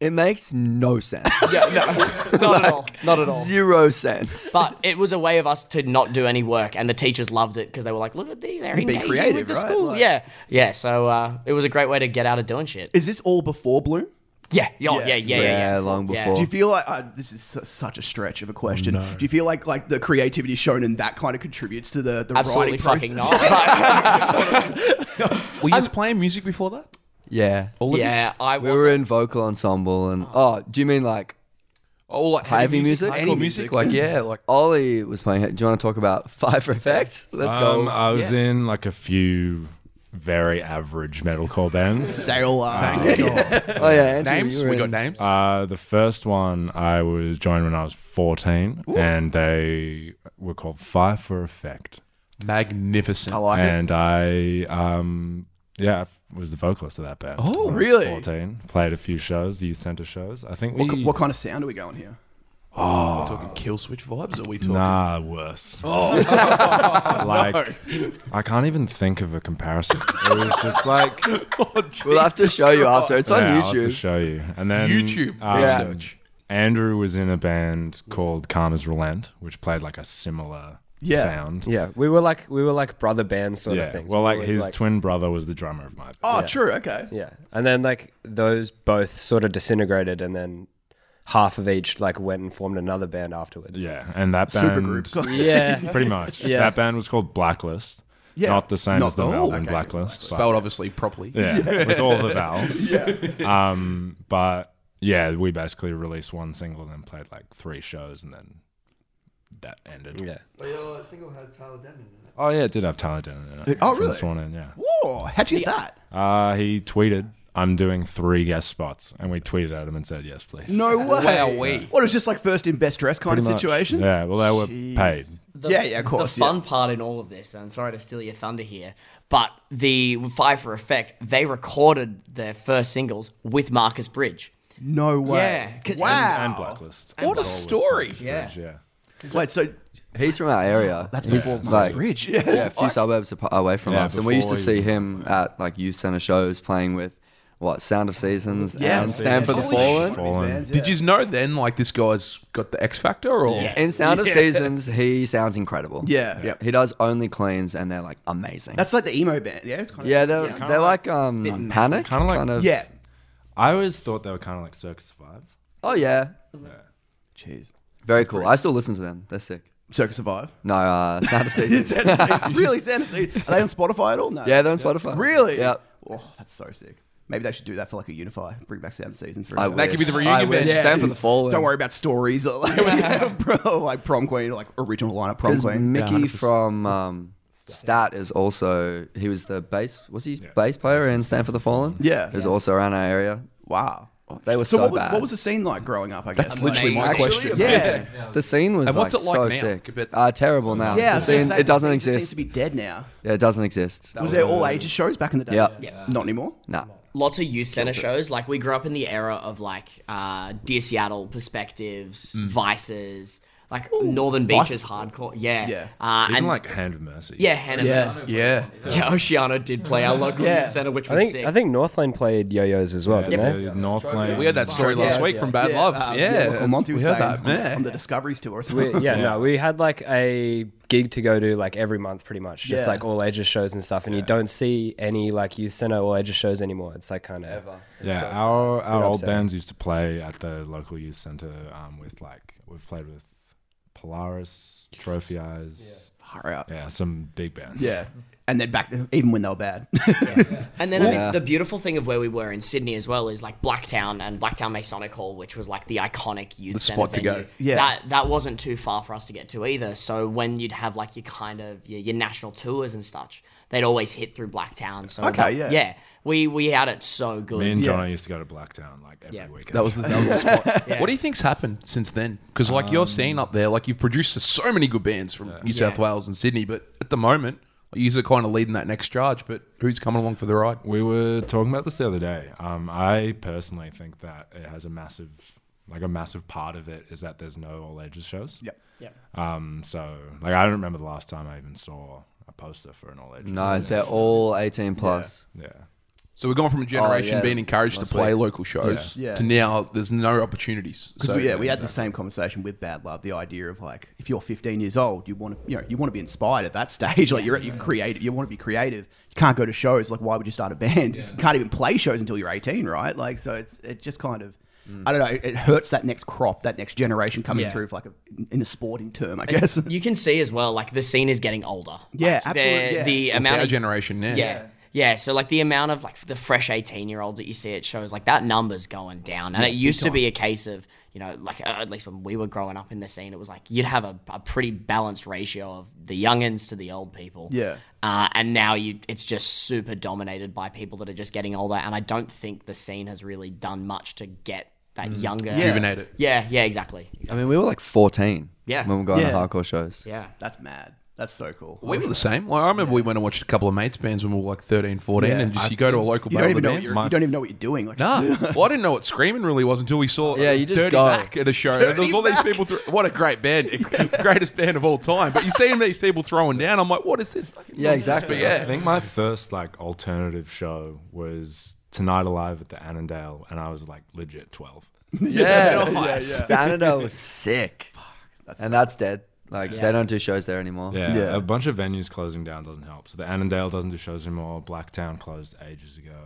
Speaker 5: It makes no sense.
Speaker 3: *laughs* Yeah,
Speaker 1: *laughs*
Speaker 3: no, not at all. Not at all.
Speaker 5: Zero sense.
Speaker 3: But it was a way of us to not do any work, and the teachers loved it because they were like, "Look at these, they're
Speaker 1: be
Speaker 3: engaging
Speaker 1: creative,
Speaker 3: with the
Speaker 1: right?
Speaker 3: school."
Speaker 1: Like-
Speaker 3: yeah, yeah. So uh, it was a great way to get out of doing
Speaker 1: *laughs*
Speaker 3: shit.
Speaker 1: is this all before Bloom?
Speaker 3: Yeah, yeah, yeah, yeah, yeah. yeah.
Speaker 5: long
Speaker 3: Yeah.
Speaker 5: before.
Speaker 1: Do you feel like uh, this is su- such a stretch of a question? Do you feel like like the creativity shown in that kind of contributes to the the
Speaker 3: Absolutely
Speaker 1: writing process?
Speaker 3: fucking
Speaker 1: *laughs*
Speaker 3: not. But
Speaker 2: were you playing music before that?
Speaker 5: Yeah.
Speaker 2: All of you?
Speaker 3: yeah, I
Speaker 5: We were
Speaker 3: was.
Speaker 5: in vocal ensemble, and oh, do you mean like
Speaker 2: Oh, like
Speaker 5: Heavy music?
Speaker 2: hardcore
Speaker 5: Any
Speaker 2: music, like yeah, like
Speaker 5: Ollie was playing? Do you want to talk about *laughs* Five Effects? Let's
Speaker 6: Um,
Speaker 5: go.
Speaker 6: I was in like a few very average metalcore bands.
Speaker 1: They all are.
Speaker 5: oh yeah, Andrew,
Speaker 2: names.
Speaker 5: you were
Speaker 2: We got
Speaker 5: in-
Speaker 2: names.
Speaker 6: Uh, the first one I was joined when I was 14, and they were called Fire for Effect.
Speaker 2: Magnificent.
Speaker 1: I like it.
Speaker 6: and I, um, yeah, I was the vocalist of that band.
Speaker 2: Oh,
Speaker 6: When I was
Speaker 1: really?
Speaker 6: 14. Played a few shows, the youth center shows. I think we.
Speaker 1: What, ki- *laughs* what kind of sound are we going here?
Speaker 2: We're talking kill switch vibes. Are we talking?
Speaker 6: Nah, worse.
Speaker 1: *laughs*
Speaker 6: Oh, *laughs* like I can't even think of
Speaker 1: *laughs*
Speaker 6: a comparison. It was just like
Speaker 5: We'll have to show you after. It's on
Speaker 6: Yeah, I'll have to
Speaker 5: YouTube.
Speaker 6: show you. And then
Speaker 2: YouTube
Speaker 6: um,
Speaker 2: research.
Speaker 6: Andrew was in a band called Karma's Relent, which played like a similar
Speaker 1: Yeah.
Speaker 6: sound.
Speaker 7: Yeah, we were like we were like brother band sort
Speaker 6: Yeah.
Speaker 7: of things.
Speaker 6: Well,
Speaker 7: We
Speaker 6: like
Speaker 7: always,
Speaker 6: his twin brother was the drummer of my band.
Speaker 1: Oh, true. Okay.
Speaker 7: Yeah, and then like those both sort of disintegrated, and then half of each like went and formed another band afterwards.
Speaker 6: Yeah, and that band
Speaker 1: Supergroup. *laughs*
Speaker 7: yeah.
Speaker 6: *laughs* pretty much.
Speaker 7: *laughs* Yeah.
Speaker 6: That band was called Blacklist.
Speaker 1: Yeah.
Speaker 6: Not the same
Speaker 1: Not-
Speaker 6: as the
Speaker 1: oh,
Speaker 6: Melbourne
Speaker 1: okay.
Speaker 6: Blacklist. but-
Speaker 2: Spelled obviously properly.
Speaker 1: *laughs*
Speaker 6: yeah, with all the vowels. Yeah. Um, but yeah, we basically released one single and then played like three shows and then that ended.
Speaker 7: Yeah.
Speaker 6: Oh yeah, it did have Tyler Denham in it.
Speaker 1: Oh,
Speaker 6: from
Speaker 1: really?
Speaker 6: Sworn in, yeah.
Speaker 1: Whoa, how'd you get that?
Speaker 6: Uh, he tweeted, "I'm doing three guest spots," and we tweeted at him and said, "Yes, please."
Speaker 1: No way.
Speaker 2: Wowee.
Speaker 1: What, it was just like first in best dress kind
Speaker 6: Pretty
Speaker 1: of
Speaker 6: much.
Speaker 1: situation?
Speaker 6: Yeah. Well, they were paid.
Speaker 3: The,
Speaker 1: Yeah, yeah, of course,
Speaker 3: The
Speaker 1: yeah.
Speaker 3: fun part in all of this, and sorry to steal your thunder here, but the Fire for Effect, they recorded their first singles with Marcus Bridge.
Speaker 1: No way.
Speaker 3: Yeah, 'cause-
Speaker 1: Wow.
Speaker 6: And Blacklist.
Speaker 2: What a story.
Speaker 3: Yeah.
Speaker 6: Yeah.
Speaker 1: Wait, so
Speaker 5: He's from our area. That's before like,
Speaker 1: Bridge.
Speaker 5: Yeah, a few suburbs apa- away from
Speaker 6: Yeah,
Speaker 5: us, and we used to
Speaker 6: before
Speaker 5: see
Speaker 6: he's-
Speaker 5: him at like youth center shows playing with what Sound of Seasons
Speaker 1: Yeah.
Speaker 5: and Stand for the
Speaker 1: Holy
Speaker 5: Fallen.
Speaker 6: Fallen.
Speaker 2: Did you know then, like, this guy's got the X Factor? Or
Speaker 5: In Sound of Seasons, he sounds incredible.
Speaker 1: Yeah.
Speaker 5: Yep. He does only cleans, and they're like amazing.
Speaker 1: That's like the emo band. Yeah, it's kind of.
Speaker 5: yeah, they're, they're like um panic,
Speaker 6: Kinda like-
Speaker 5: kind of
Speaker 1: Yeah.
Speaker 6: I always thought they were kind of like Circus Five.
Speaker 5: Oh yeah,
Speaker 1: Jeez.
Speaker 5: very cool. I still listen to them. They're sick.
Speaker 1: Circus Survive.
Speaker 5: No, uh, Sound
Speaker 1: *laughs*
Speaker 5: of Seasons.
Speaker 1: really, Santa Are they on Spotify at all? No.
Speaker 5: yeah, they're on Spotify.
Speaker 1: Really?
Speaker 5: Yeah.
Speaker 1: Oh, that's so sick. Maybe they should do that for like a Unify. Bring back Sound of Seasons for
Speaker 5: I
Speaker 1: a
Speaker 5: wish.
Speaker 2: That could be the
Speaker 5: I
Speaker 2: reunion
Speaker 5: wish.
Speaker 2: band.
Speaker 5: Stand for the Fallen.
Speaker 1: Don't worry about stories *laughs* or like, bro, like prom queen, like original lineup prom
Speaker 5: Because
Speaker 1: queen.
Speaker 5: Mickey from um, Stat is also he was the bass was he bass player in Stand for the Fallen?
Speaker 1: Yeah.
Speaker 5: who's also around our area.
Speaker 1: Wow.
Speaker 5: They were
Speaker 1: So,
Speaker 5: so,
Speaker 1: what was
Speaker 5: bad.
Speaker 1: what was the scene like growing up? I guess
Speaker 2: That's literally my
Speaker 3: Amazing.
Speaker 2: question.
Speaker 5: yeah. the scene was
Speaker 2: And what's
Speaker 5: like,
Speaker 2: it like
Speaker 5: so
Speaker 2: now
Speaker 5: sick.
Speaker 2: compared to-
Speaker 5: Uh, terrible
Speaker 1: Yeah, I
Speaker 5: now. the
Speaker 1: was gonna
Speaker 5: scene
Speaker 1: say,
Speaker 5: it doesn't
Speaker 1: the scene- the scene Seems
Speaker 5: exist.
Speaker 1: to be dead now.
Speaker 5: Yeah, it doesn't exist.
Speaker 1: Was there all ages shows back in the day?
Speaker 5: Yeah.
Speaker 1: Not anymore.
Speaker 5: Nah.
Speaker 3: lots of youth center shows. Like we grew up in the era of like uh, Dear Seattle perspectives,
Speaker 1: Mm.
Speaker 3: Vices, like Northern Beaches hardcore. Yeah,
Speaker 1: Yeah.
Speaker 3: Uh,
Speaker 6: Even
Speaker 3: and
Speaker 6: like Hand of Mercy.
Speaker 3: yeah, Hannah. Yeah.
Speaker 2: Yeah.
Speaker 3: *laughs* yeah, Oceano did play our local
Speaker 1: Yeah.
Speaker 3: youth center, which
Speaker 7: I
Speaker 3: was
Speaker 7: think
Speaker 3: sick.
Speaker 7: I think Northlane played yo-yos as well,
Speaker 6: Yeah,
Speaker 7: didn't
Speaker 6: the
Speaker 7: they?
Speaker 6: Northlane.
Speaker 2: We had that story last week from Bad Love.
Speaker 1: um,
Speaker 2: yeah.
Speaker 1: local Monty
Speaker 2: we
Speaker 1: was
Speaker 2: heard
Speaker 1: saying
Speaker 2: that.
Speaker 1: on,
Speaker 2: Yeah.
Speaker 1: on the Discoveries tour or
Speaker 7: We,
Speaker 1: something.
Speaker 7: yeah, no, we had like a gig to go to like every month, pretty much, just
Speaker 1: Yeah.
Speaker 7: like all ages shows and stuff. And you don't see any like youth center all ages shows anymore. It's like kind of
Speaker 6: Yeah, our our old
Speaker 7: upsetting.
Speaker 6: bands used to play at the local youth center um, with like we've played with Polaris, Trophy Eyes,
Speaker 1: Far out.
Speaker 6: yeah. some big bands.
Speaker 1: Yeah. And then back, even when they were bad.
Speaker 3: And then I mean, the beautiful thing of where we were in Sydney as well is like Blacktown and Blacktown Masonic Hall, which was like the iconic youth
Speaker 2: The
Speaker 3: centre
Speaker 2: spot to go.
Speaker 3: venue.
Speaker 1: Yeah.
Speaker 3: that that wasn't too far for us to get to either. So when you'd have like your kind of your, your national tours and such, they'd always hit through Blacktown. So
Speaker 1: Okay,
Speaker 3: that-
Speaker 1: yeah.
Speaker 3: yeah, we we had it so good.
Speaker 6: me and
Speaker 1: Yeah.
Speaker 6: John used to go to Blacktown like every
Speaker 3: Yeah.
Speaker 6: weekend.
Speaker 2: That was the,
Speaker 1: *laughs*
Speaker 2: that was the spot. What do you think's happened since then? Because like
Speaker 1: Um,
Speaker 2: you're seeing up there, like you've produced so many good bands from New South Wales and Sydney, but at the moment, you're kind of leading that next charge. But who's coming along for the ride?
Speaker 6: We were talking about this the other day. Um, I personally think that it has a massive, like a massive part of it is that there's no all ages shows.
Speaker 1: Yep.
Speaker 6: Um, so like I don't remember the last time I even saw a poster for an all ages.
Speaker 5: No, they're all 18 plus.
Speaker 6: Yeah.
Speaker 2: So we're going
Speaker 1: Oh,
Speaker 2: from a generation
Speaker 5: yeah.
Speaker 2: being encouraged to play local shows
Speaker 1: Yeah. Yeah.
Speaker 2: to now there's no opportunities. So
Speaker 1: Because we, yeah, we had the same conversation with Bad Love. The idea of like, if you're 15 years old, you want to, you know, you want to be inspired at that *laughs* stage. Like you're, you're creative. You want to be creative. You can't go to shows. Like, why would you start a band? You can't even play shows until you're 18, right? Like, so it's it just kind of, I don't know. It, it hurts that next crop, that next generation coming
Speaker 3: Yeah.
Speaker 1: through, for like a, in a sporting term, I guess.
Speaker 3: you can see as well, like the scene is getting older.
Speaker 1: Yeah,
Speaker 3: Like, they're-
Speaker 1: absolutely, yeah.
Speaker 3: The
Speaker 2: It's
Speaker 3: amount
Speaker 2: our
Speaker 3: of
Speaker 2: generation now.
Speaker 3: yeah. yeah. So like the amount of like the fresh eighteen year olds that you see at shows, like that number's going down. And it used to be a case of you know like uh, at least when we were growing up in the scene, it was like you'd have a, a pretty balanced ratio of the youngins to the old people.
Speaker 1: Yeah.
Speaker 3: Uh, and now you, it's just super dominated by people that are just getting older. And I don't think the scene has really done much to get that younger.
Speaker 2: Rejuvenate it.
Speaker 3: Yeah. Yeah. Exactly.
Speaker 5: I mean, we were like 14
Speaker 3: Yeah.
Speaker 5: when we got going
Speaker 1: Yeah.
Speaker 5: to hardcore shows.
Speaker 3: Yeah.
Speaker 1: *laughs* That's mad. That's so cool.
Speaker 2: We were the same. Like, I remember we went and watched a couple of mates' bands when we were like 13, 14, and just you go to a local
Speaker 1: you
Speaker 2: bar
Speaker 1: don't even
Speaker 2: with the
Speaker 1: know. What
Speaker 2: bands.
Speaker 1: you're, you don't even know what you're doing. Like,
Speaker 2: Nah, well, I didn't know what screaming really was until we saw
Speaker 5: Yeah, you just
Speaker 2: Dirty
Speaker 5: go.
Speaker 2: Mac at a show. There was all these people. Thro- what a great band, greatest band of all time. But you see these people throwing down. I'm like, what is this? Fucking
Speaker 5: Yeah,
Speaker 2: nonsense?
Speaker 5: exactly.
Speaker 2: But
Speaker 6: I
Speaker 2: yeah,
Speaker 6: think my first like alternative show was Tonight Alive at the Annandale, and I was like legit twelve.
Speaker 5: Yes. Spannadel was sick. and that's dead. Like, they don't do shows there anymore.
Speaker 6: Yeah, a bunch of venues closing down doesn't help. So the Annandale doesn't do shows anymore. Blacktown closed ages ago.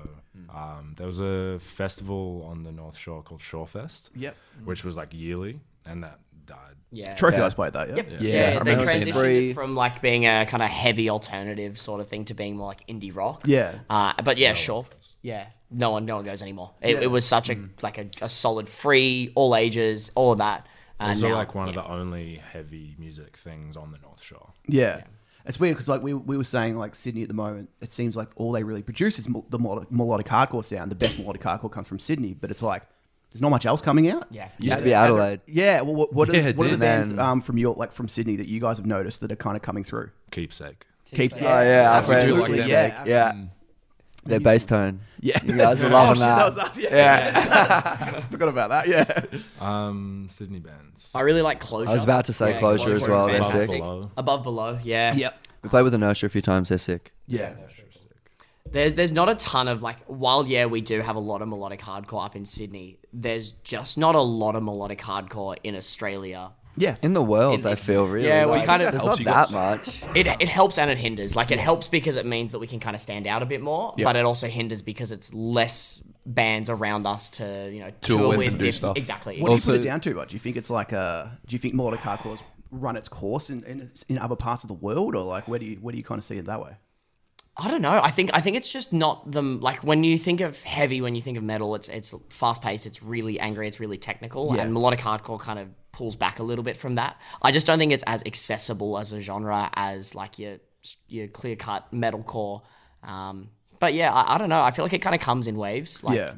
Speaker 6: Um, there was a festival on the North Shore called Shorefest.
Speaker 1: Yep.
Speaker 6: which was like yearly, and that died.
Speaker 3: Yeah.
Speaker 1: *laughs* trophy yeah. eyes played that. Yeah.
Speaker 3: Yeah,
Speaker 5: Yeah, I
Speaker 3: they
Speaker 5: remember seeing that.
Speaker 3: transitioned
Speaker 5: Free.
Speaker 3: it from like being a kind of heavy alternative sort of thing to being more like indie rock.
Speaker 1: Yeah.
Speaker 3: Uh, but yeah, sure. Yeah. No one, no one goes anymore. It, it was such a
Speaker 5: Mm.
Speaker 3: like a, a solid free, all ages, all of that. And
Speaker 6: Also,
Speaker 3: now-
Speaker 6: like one of the only heavy music things on the North Shore.
Speaker 1: Yeah. It's weird because like we, we were saying like Sydney at the moment, it seems like all they really produce is mo- the melodic, melodic hardcore sound. The best melodic hardcore comes from Sydney, but it's like there's not much else coming out.
Speaker 3: Yeah.
Speaker 5: Used to be Adelaide.
Speaker 1: Yeah. Well, what, what, are,
Speaker 2: Yeah,
Speaker 1: what are the
Speaker 2: dude.
Speaker 1: bands
Speaker 5: Man.
Speaker 1: um, from your like from Sydney that you guys have noticed that are kind of coming through?
Speaker 6: Keepsake.
Speaker 1: Keep.
Speaker 5: Oh, yeah. Our
Speaker 2: do
Speaker 5: friends.
Speaker 2: like that.
Speaker 5: yeah. yeah. Their bass tone.
Speaker 1: Mm. Yeah.
Speaker 5: You guys were
Speaker 1: Oh,
Speaker 5: loving
Speaker 1: shit, *laughs*
Speaker 5: that.
Speaker 1: that was us. Yeah. *laughs* Forgot about that. Yeah.
Speaker 6: Um, Sydney bands.
Speaker 3: I really like closure.
Speaker 5: I was about to say Closure as well, they're
Speaker 3: fantastic.
Speaker 5: sick.
Speaker 6: Below.
Speaker 3: Above below, yeah.
Speaker 5: We played with Inertia a few times. They're sick.
Speaker 1: Yeah.
Speaker 3: There's there's not a ton of like while yeah we do have a lot of melodic hardcore up in Sydney. There's just not a lot of melodic hardcore in Australia.
Speaker 1: Yeah.
Speaker 5: In the world, I feel really.
Speaker 3: Yeah, we
Speaker 5: like,
Speaker 3: kind of-
Speaker 5: There's
Speaker 2: Helps
Speaker 5: not
Speaker 2: you
Speaker 5: that
Speaker 2: got-
Speaker 5: much.
Speaker 3: it, it helps and it hinders. Like it helps because it means that we can kind of stand out a bit more, but it also hinders because it's less bands around us to you know
Speaker 2: Tour
Speaker 3: tour,
Speaker 2: with
Speaker 3: with,
Speaker 2: and do
Speaker 3: if-
Speaker 2: stuff.
Speaker 3: Exactly.
Speaker 1: What do you put it down to? Like, do you think it's like uh Do you think melodic hardcore's run its course in, in in other parts of the world, or like where do you where do you kind of see it that way?
Speaker 3: I don't know. I think I think it's just not the like when you think of heavy, when you think of metal, it's it's fast paced, it's really angry, it's really technical, and melodic hardcore kind of pulls back a little bit from that. I just don't think it's as accessible as a genre as like your your clear cut metalcore. Um, but yeah, I, I don't know. I feel like it kind of comes in waves. Like,
Speaker 1: Yeah.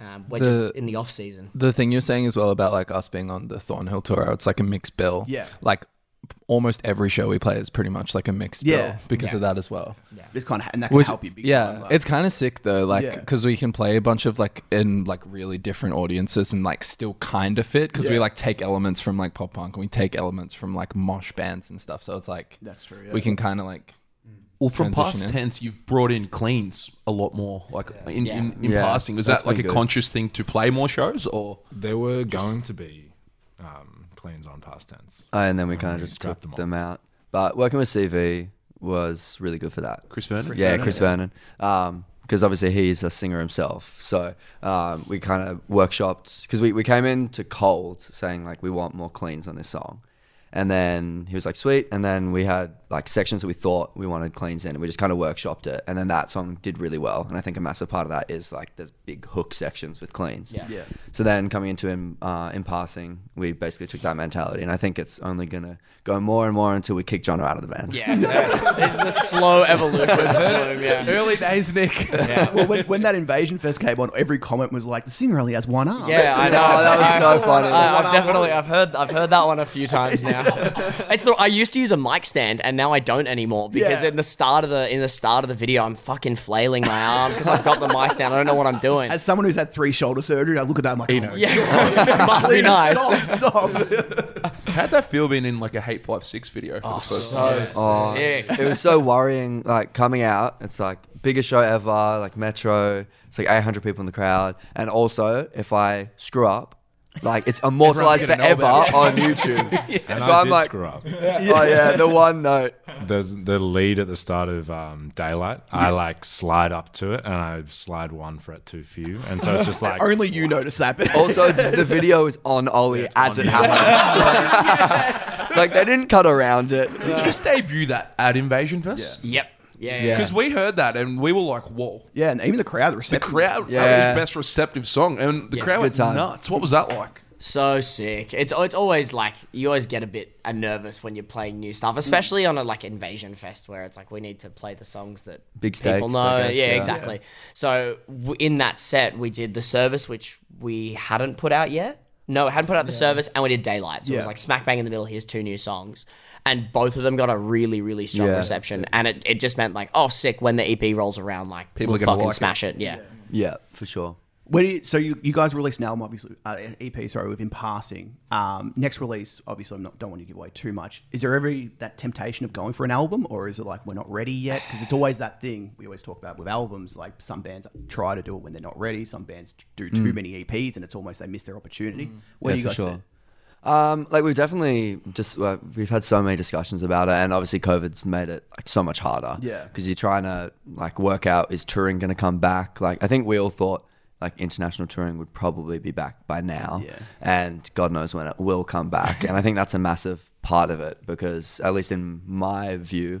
Speaker 3: Um, we're
Speaker 9: The-
Speaker 3: just in the off season.
Speaker 9: The thing you're saying as well about like us being on the Thornhill tour, it's like a mixed bill.
Speaker 1: Yeah.
Speaker 9: Like almost every show we play is pretty much like a mixed
Speaker 1: Yeah.
Speaker 9: bill because of that as well.
Speaker 1: It's kind of and that can
Speaker 9: Which,
Speaker 1: help you. Big
Speaker 9: yeah,
Speaker 1: time, like-
Speaker 9: it's kind of sick though, like
Speaker 1: Yeah.
Speaker 9: because we can play a bunch of like in like really different audiences and like still kind of fit because we
Speaker 1: Yeah.
Speaker 9: like take elements from like pop punk and we take elements from like mosh bands and stuff. So it's like
Speaker 1: That's true, yeah.
Speaker 9: We can kind of like
Speaker 2: Well, from
Speaker 9: Transition
Speaker 2: past
Speaker 9: in.
Speaker 2: tense, you've brought in cleans a lot more, like in, in, in
Speaker 5: Yeah.
Speaker 2: passing. Was
Speaker 5: That's
Speaker 2: that like a
Speaker 5: been good.
Speaker 2: conscious thing to play more shows, or
Speaker 6: They were going to be um, planes on past tense.
Speaker 5: Uh, and then we kind of
Speaker 6: we
Speaker 5: just
Speaker 6: scrapped
Speaker 5: took
Speaker 6: them
Speaker 5: them,
Speaker 6: all.
Speaker 5: out. But working with CV was really good for that.
Speaker 2: Chris Vernon?
Speaker 5: yeah, Chris Vernon. because obviously he's a singer himself. So um, we kind of workshopped because we, we came in to Cold saying like we want more cleans on this song, and then he was like sweet, and then we had like sections that we thought we wanted cleans in, and we just kind of workshopped it, and then that song did really well. And I think a massive part of that is like there's big hook sections with cleans.
Speaker 10: Yeah.
Speaker 1: Yeah.
Speaker 5: So then coming into him uh, in passing, we basically took that mentality, and I think it's only gonna go more and more until we kick John out of the band.
Speaker 3: *laughs* Yeah, it's the slow evolution. of Bloom, yeah.
Speaker 2: Early days, Nick.
Speaker 1: *laughs* well, when, when that invasion first came on, every comment was like, "The singer only has one arm."
Speaker 3: Yeah, I know.
Speaker 5: Oh, that was so funny.
Speaker 3: I, I've definitely I've heard I've heard that one a few times now. it's the I used to use a mic stand and now I don't anymore because
Speaker 1: Yeah.
Speaker 3: in the start of the in the start of the video I'm fucking flailing my arm because I've got the mic stand. I don't know what I'm
Speaker 1: *laughs*
Speaker 3: doing.
Speaker 1: As someone who's had three shoulder surgery, I look at that and I'm like, oh,
Speaker 3: *laughs* yeah, *laughs*
Speaker 1: *laughs*
Speaker 3: must be
Speaker 1: please,
Speaker 3: nice. *laughs*
Speaker 1: Stop, stop. *laughs*
Speaker 2: How'd that feel being in like a Hate Five Six video for the first time?
Speaker 3: Oh, So sick.
Speaker 5: Oh, it was so worrying. Like coming out, it's like biggest show ever. Like Metro, it's like 800 people in the crowd. And also, if I screw up, like it's immortalized
Speaker 2: gonna know
Speaker 5: forever
Speaker 2: about
Speaker 5: on
Speaker 2: *laughs*
Speaker 5: YouTube.
Speaker 6: And
Speaker 5: So
Speaker 6: I
Speaker 5: I'm
Speaker 6: did
Speaker 5: like-
Speaker 6: screw up.
Speaker 5: Oh *laughs* yeah, the one note.
Speaker 6: There's the lead at the start of um, Daylight. I like slide up to it and I slide one fret too few. And so
Speaker 5: *laughs*
Speaker 6: it's just like
Speaker 1: Only you notice that. But
Speaker 5: Also, it's, the video is on Ollie as it
Speaker 6: on you.
Speaker 2: *laughs*
Speaker 5: happens. *laughs* like they didn't cut around it.
Speaker 2: Did you just debut that at Invasion Fest?
Speaker 3: Yep. Yeah. yeah.
Speaker 2: Because we heard that and we were like, whoa.
Speaker 1: *laughs* yeah, and even the crowd, the
Speaker 2: The
Speaker 1: reception.
Speaker 2: crowd, that was
Speaker 5: Yeah.
Speaker 2: his best receptive song, and the crowd
Speaker 5: good
Speaker 2: went
Speaker 5: time.
Speaker 2: nuts. What was that like?
Speaker 3: So sick. It's it's always like you always get a bit uh, nervous when you're playing new stuff, especially on a like invasion fest where it's like we need to play the songs that
Speaker 5: Big
Speaker 3: people
Speaker 5: stakes,
Speaker 3: know.
Speaker 5: I guess,
Speaker 3: yeah,
Speaker 5: yeah.
Speaker 3: exactly. So w- in that set, we did the service, which we hadn't put out yet. No, hadn't put out the service, and we did daylight. So it was
Speaker 1: Yeah.
Speaker 3: like smack bang in the middle. Here's two new songs, and both of them got a really really strong
Speaker 5: Yeah.
Speaker 3: reception, and it, it just meant like oh sick when the EP rolls around like
Speaker 2: People
Speaker 3: people
Speaker 2: are gonna
Speaker 3: we fucking
Speaker 2: like it.
Speaker 3: smash it. Yeah.
Speaker 5: Yeah, for sure.
Speaker 1: Where do you, so you, you guys released an album, obviously, uh, an EP, sorry, within passing. Um, next release, obviously, I am don't want to give away too much. Is there ever that temptation of going for an album, or is it like we're not ready yet? Because it's always that thing we always talk about with albums. Like some bands try to do it when they're not ready. Some bands do too many EPs, and it's almost they miss their opportunity. Where do
Speaker 5: Mm. Yeah,
Speaker 1: you guys?
Speaker 5: for
Speaker 1: sit?
Speaker 5: Um, like we've definitely just uh, we've had so many discussions about it, and obviously COVID's made it like so much harder.
Speaker 1: Yeah.
Speaker 5: because you're trying to like work out is touring going to come back. Like I think we all thought like international touring would probably be back by now,
Speaker 1: Yeah.
Speaker 5: and God knows when it will come back. and I think that's a massive part of it because at least in my view,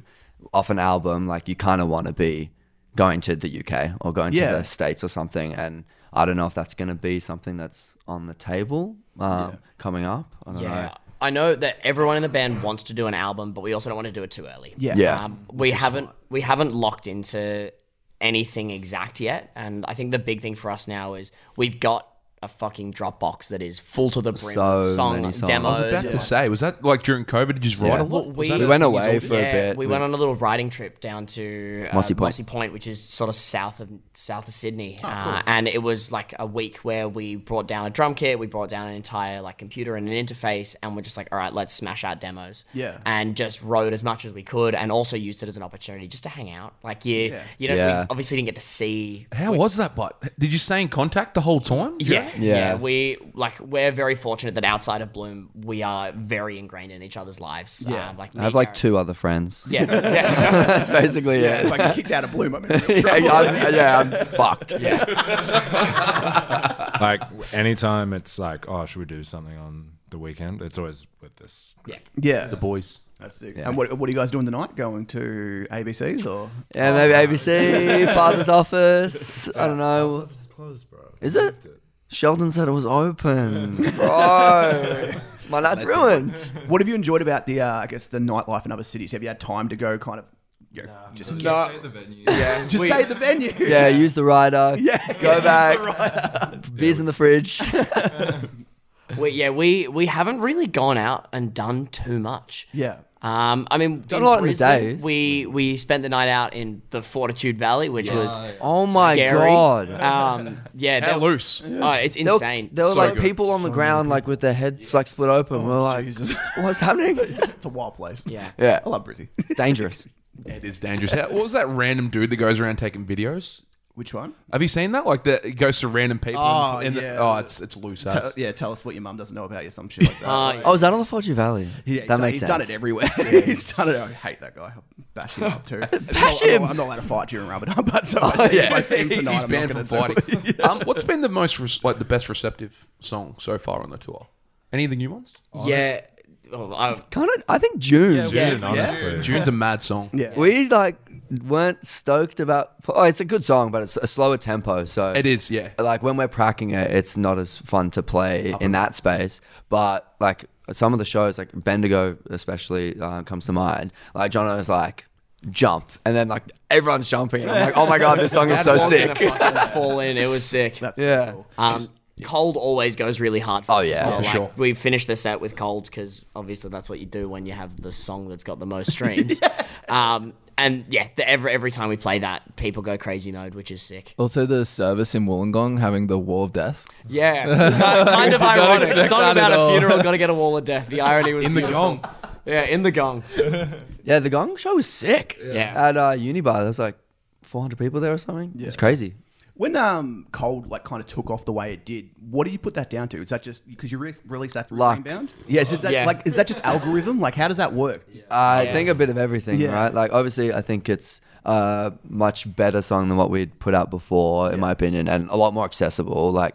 Speaker 5: off an album like you kind of want to be going to the UK or going
Speaker 1: Yeah.
Speaker 5: to the states or something, and I don't know if that's going to be something that's on the table um, coming up. I don't
Speaker 3: Yeah.
Speaker 5: know.
Speaker 3: I know that everyone in the band wants to do an album, but we also don't want to do it too early.
Speaker 1: Yeah.
Speaker 5: Yeah.
Speaker 3: Um, we haven't we haven't locked into anything exact yet, and I think the big thing for us now is we've got a fucking Dropbox that is full to the brim
Speaker 5: So
Speaker 3: of song
Speaker 5: many songs.
Speaker 2: I was
Speaker 3: demos.
Speaker 2: about to say, was that like during COVID? Did you just write a lot?
Speaker 3: Well,
Speaker 2: Was that
Speaker 5: we
Speaker 2: a-
Speaker 5: went away for
Speaker 3: yeah,
Speaker 5: a bit.
Speaker 3: We went on a little riding trip down to uh,
Speaker 5: Mossy Point.
Speaker 3: which is sort of south of south of Sydney. uh, and it was like a week where we brought down a drum kit, we brought down an entire like computer and an interface, and we're just like, all right, let's smash out demos.
Speaker 1: Yeah.
Speaker 3: and just rode as much as we could, and also used it as an opportunity just to hang out. Like you, you know,
Speaker 5: Yeah.
Speaker 3: we obviously didn't get to see
Speaker 2: How was that? But did you stay in contact the whole time?
Speaker 3: yeah, yeah,
Speaker 5: Yeah.
Speaker 3: We like we're very fortunate that outside of Bloom, we are very ingrained in each other's lives. Yeah, like
Speaker 5: I have like two other friends.
Speaker 3: yeah, *laughs* yeah.
Speaker 5: *laughs* that's basically
Speaker 1: If
Speaker 5: it.
Speaker 1: I get kicked out of Bloom, I'm in real
Speaker 5: *laughs* yeah,
Speaker 1: trouble.
Speaker 5: I'm, yeah, I'm fucked.
Speaker 6: *laughs* like anytime it's like, oh, should we do something on the weekend? It's always with this.
Speaker 3: yeah.
Speaker 1: yeah.
Speaker 2: boys.
Speaker 1: That's sick. And what, what are you guys doing tonight? Going to ABCs or?
Speaker 5: Yeah, maybe ABC, Father's Office. I don't know.
Speaker 6: It's closed, bro.
Speaker 5: Is it? Sheldon said it was open. Bro, my night's ruined.
Speaker 1: What have you enjoyed about the, uh, I guess, the nightlife in other cities? Have you had time to go kind of, you know, just,
Speaker 9: no.
Speaker 1: *laughs*
Speaker 9: the venue. Yeah,
Speaker 1: just stay at the venue?
Speaker 5: Yeah, use the rider.
Speaker 1: Yeah.
Speaker 5: Go back. Beers in the fridge.
Speaker 3: we, yeah, we we haven't really gone out and done too much.
Speaker 1: Yeah.
Speaker 3: Um, I mean,
Speaker 5: Done a lot in the
Speaker 3: Brisbane,
Speaker 5: days.
Speaker 3: We we spent the night out in the Fortitude Valley, which was
Speaker 5: Oh my
Speaker 3: scary.
Speaker 5: god.
Speaker 3: Um, yeah,
Speaker 2: How
Speaker 3: that-
Speaker 2: loose.
Speaker 3: Oh, it's
Speaker 5: There were-
Speaker 3: insane.
Speaker 5: There were
Speaker 2: So
Speaker 5: like
Speaker 2: good.
Speaker 5: people on the ground, like with their heads like split open. We're like,
Speaker 1: Jesus.
Speaker 5: *laughs* what's happening?
Speaker 1: it's a wild place.
Speaker 3: yeah.
Speaker 5: yeah,
Speaker 1: I love Brizzy.
Speaker 5: it's dangerous.
Speaker 2: It is dangerous. How, what was that random dude that goes around taking videos?
Speaker 1: Which one?
Speaker 2: Have you seen that? Like that it goes to random people.
Speaker 1: Oh,
Speaker 2: and, and
Speaker 1: yeah.
Speaker 2: the, oh it's it's loose.
Speaker 1: Te-
Speaker 2: ass.
Speaker 1: yeah, tell us what your mum doesn't know about you, some shit like that.
Speaker 5: Oh, is that on the Fortune Valley?
Speaker 1: yeah,
Speaker 5: that
Speaker 1: he's done,
Speaker 5: makes
Speaker 1: he's
Speaker 5: sense.
Speaker 1: done it everywhere. *laughs* he's done it. I hate that guy. I'll bash him up too. Bash I'm,
Speaker 5: him!
Speaker 1: Not, I'm not allowed to fight during Ramadan, *laughs* but so I see, if I see him tonight,
Speaker 2: *laughs* He's
Speaker 1: I'm
Speaker 2: banned
Speaker 1: not
Speaker 2: from
Speaker 1: gonna do it. *laughs*
Speaker 2: fighting. um, what's been the most res- like the best receptive song so far on the tour? Any of the new ones?
Speaker 3: Yeah. Oh, I-
Speaker 5: Kind of. I think June.
Speaker 6: June, honestly.
Speaker 2: June's a mad song.
Speaker 1: Yeah.
Speaker 5: We like weren't stoked about. Oh, it's a good song, but it's a slower tempo. So
Speaker 2: It is, yeah.
Speaker 5: like when we're pracking it, it's not as fun to play in that space. But like some of the shows, like Bendigo especially, uh, comes to mind. Like Jono's like jump, and then like everyone's jumping. And I'm like, oh my god, this song is so
Speaker 3: I was gonna
Speaker 5: sick.
Speaker 3: *laughs* fucking fall in. It was sick.
Speaker 5: Yeah.
Speaker 3: Um, cold always goes really hard. For
Speaker 5: Oh,
Speaker 3: us as
Speaker 5: yeah,
Speaker 3: well.
Speaker 5: for
Speaker 3: Like,
Speaker 2: sure.
Speaker 3: We finished the set with cold because obviously that's what you do when you have the song that's got the most
Speaker 5: *laughs*
Speaker 3: streams. Um, and yeah, the, every every time we play that, people go crazy mode, which is sick.
Speaker 9: Also, the service in Wollongong having the Wall of Death.
Speaker 2: *laughs*
Speaker 3: Yeah, kind of
Speaker 9: not
Speaker 3: ironic.
Speaker 9: expect
Speaker 3: Song
Speaker 9: that
Speaker 3: about
Speaker 9: at
Speaker 3: a
Speaker 9: all.
Speaker 3: funeral, got to get a wall of death. The irony was
Speaker 2: In the
Speaker 3: beautiful.
Speaker 2: gong.
Speaker 3: Yeah, in the gong.
Speaker 5: Yeah, the Gong Show was sick.
Speaker 3: Yeah.
Speaker 5: At uh, Unibar, there was like 400 people there or something. It's crazy.
Speaker 1: When um cold like kind of took off the way it did, what do you put that down to? Is that just because you re- released that through
Speaker 5: Luck.
Speaker 1: Greenbound? Yeah, is that
Speaker 3: Yeah.
Speaker 1: like is that just algorithm? Like how does that work?
Speaker 5: I think a bit of everything,
Speaker 1: Yeah.
Speaker 5: right? Like, obviously, I think it's a much better song than what we'd put out before, in my opinion, and a lot more accessible. Like,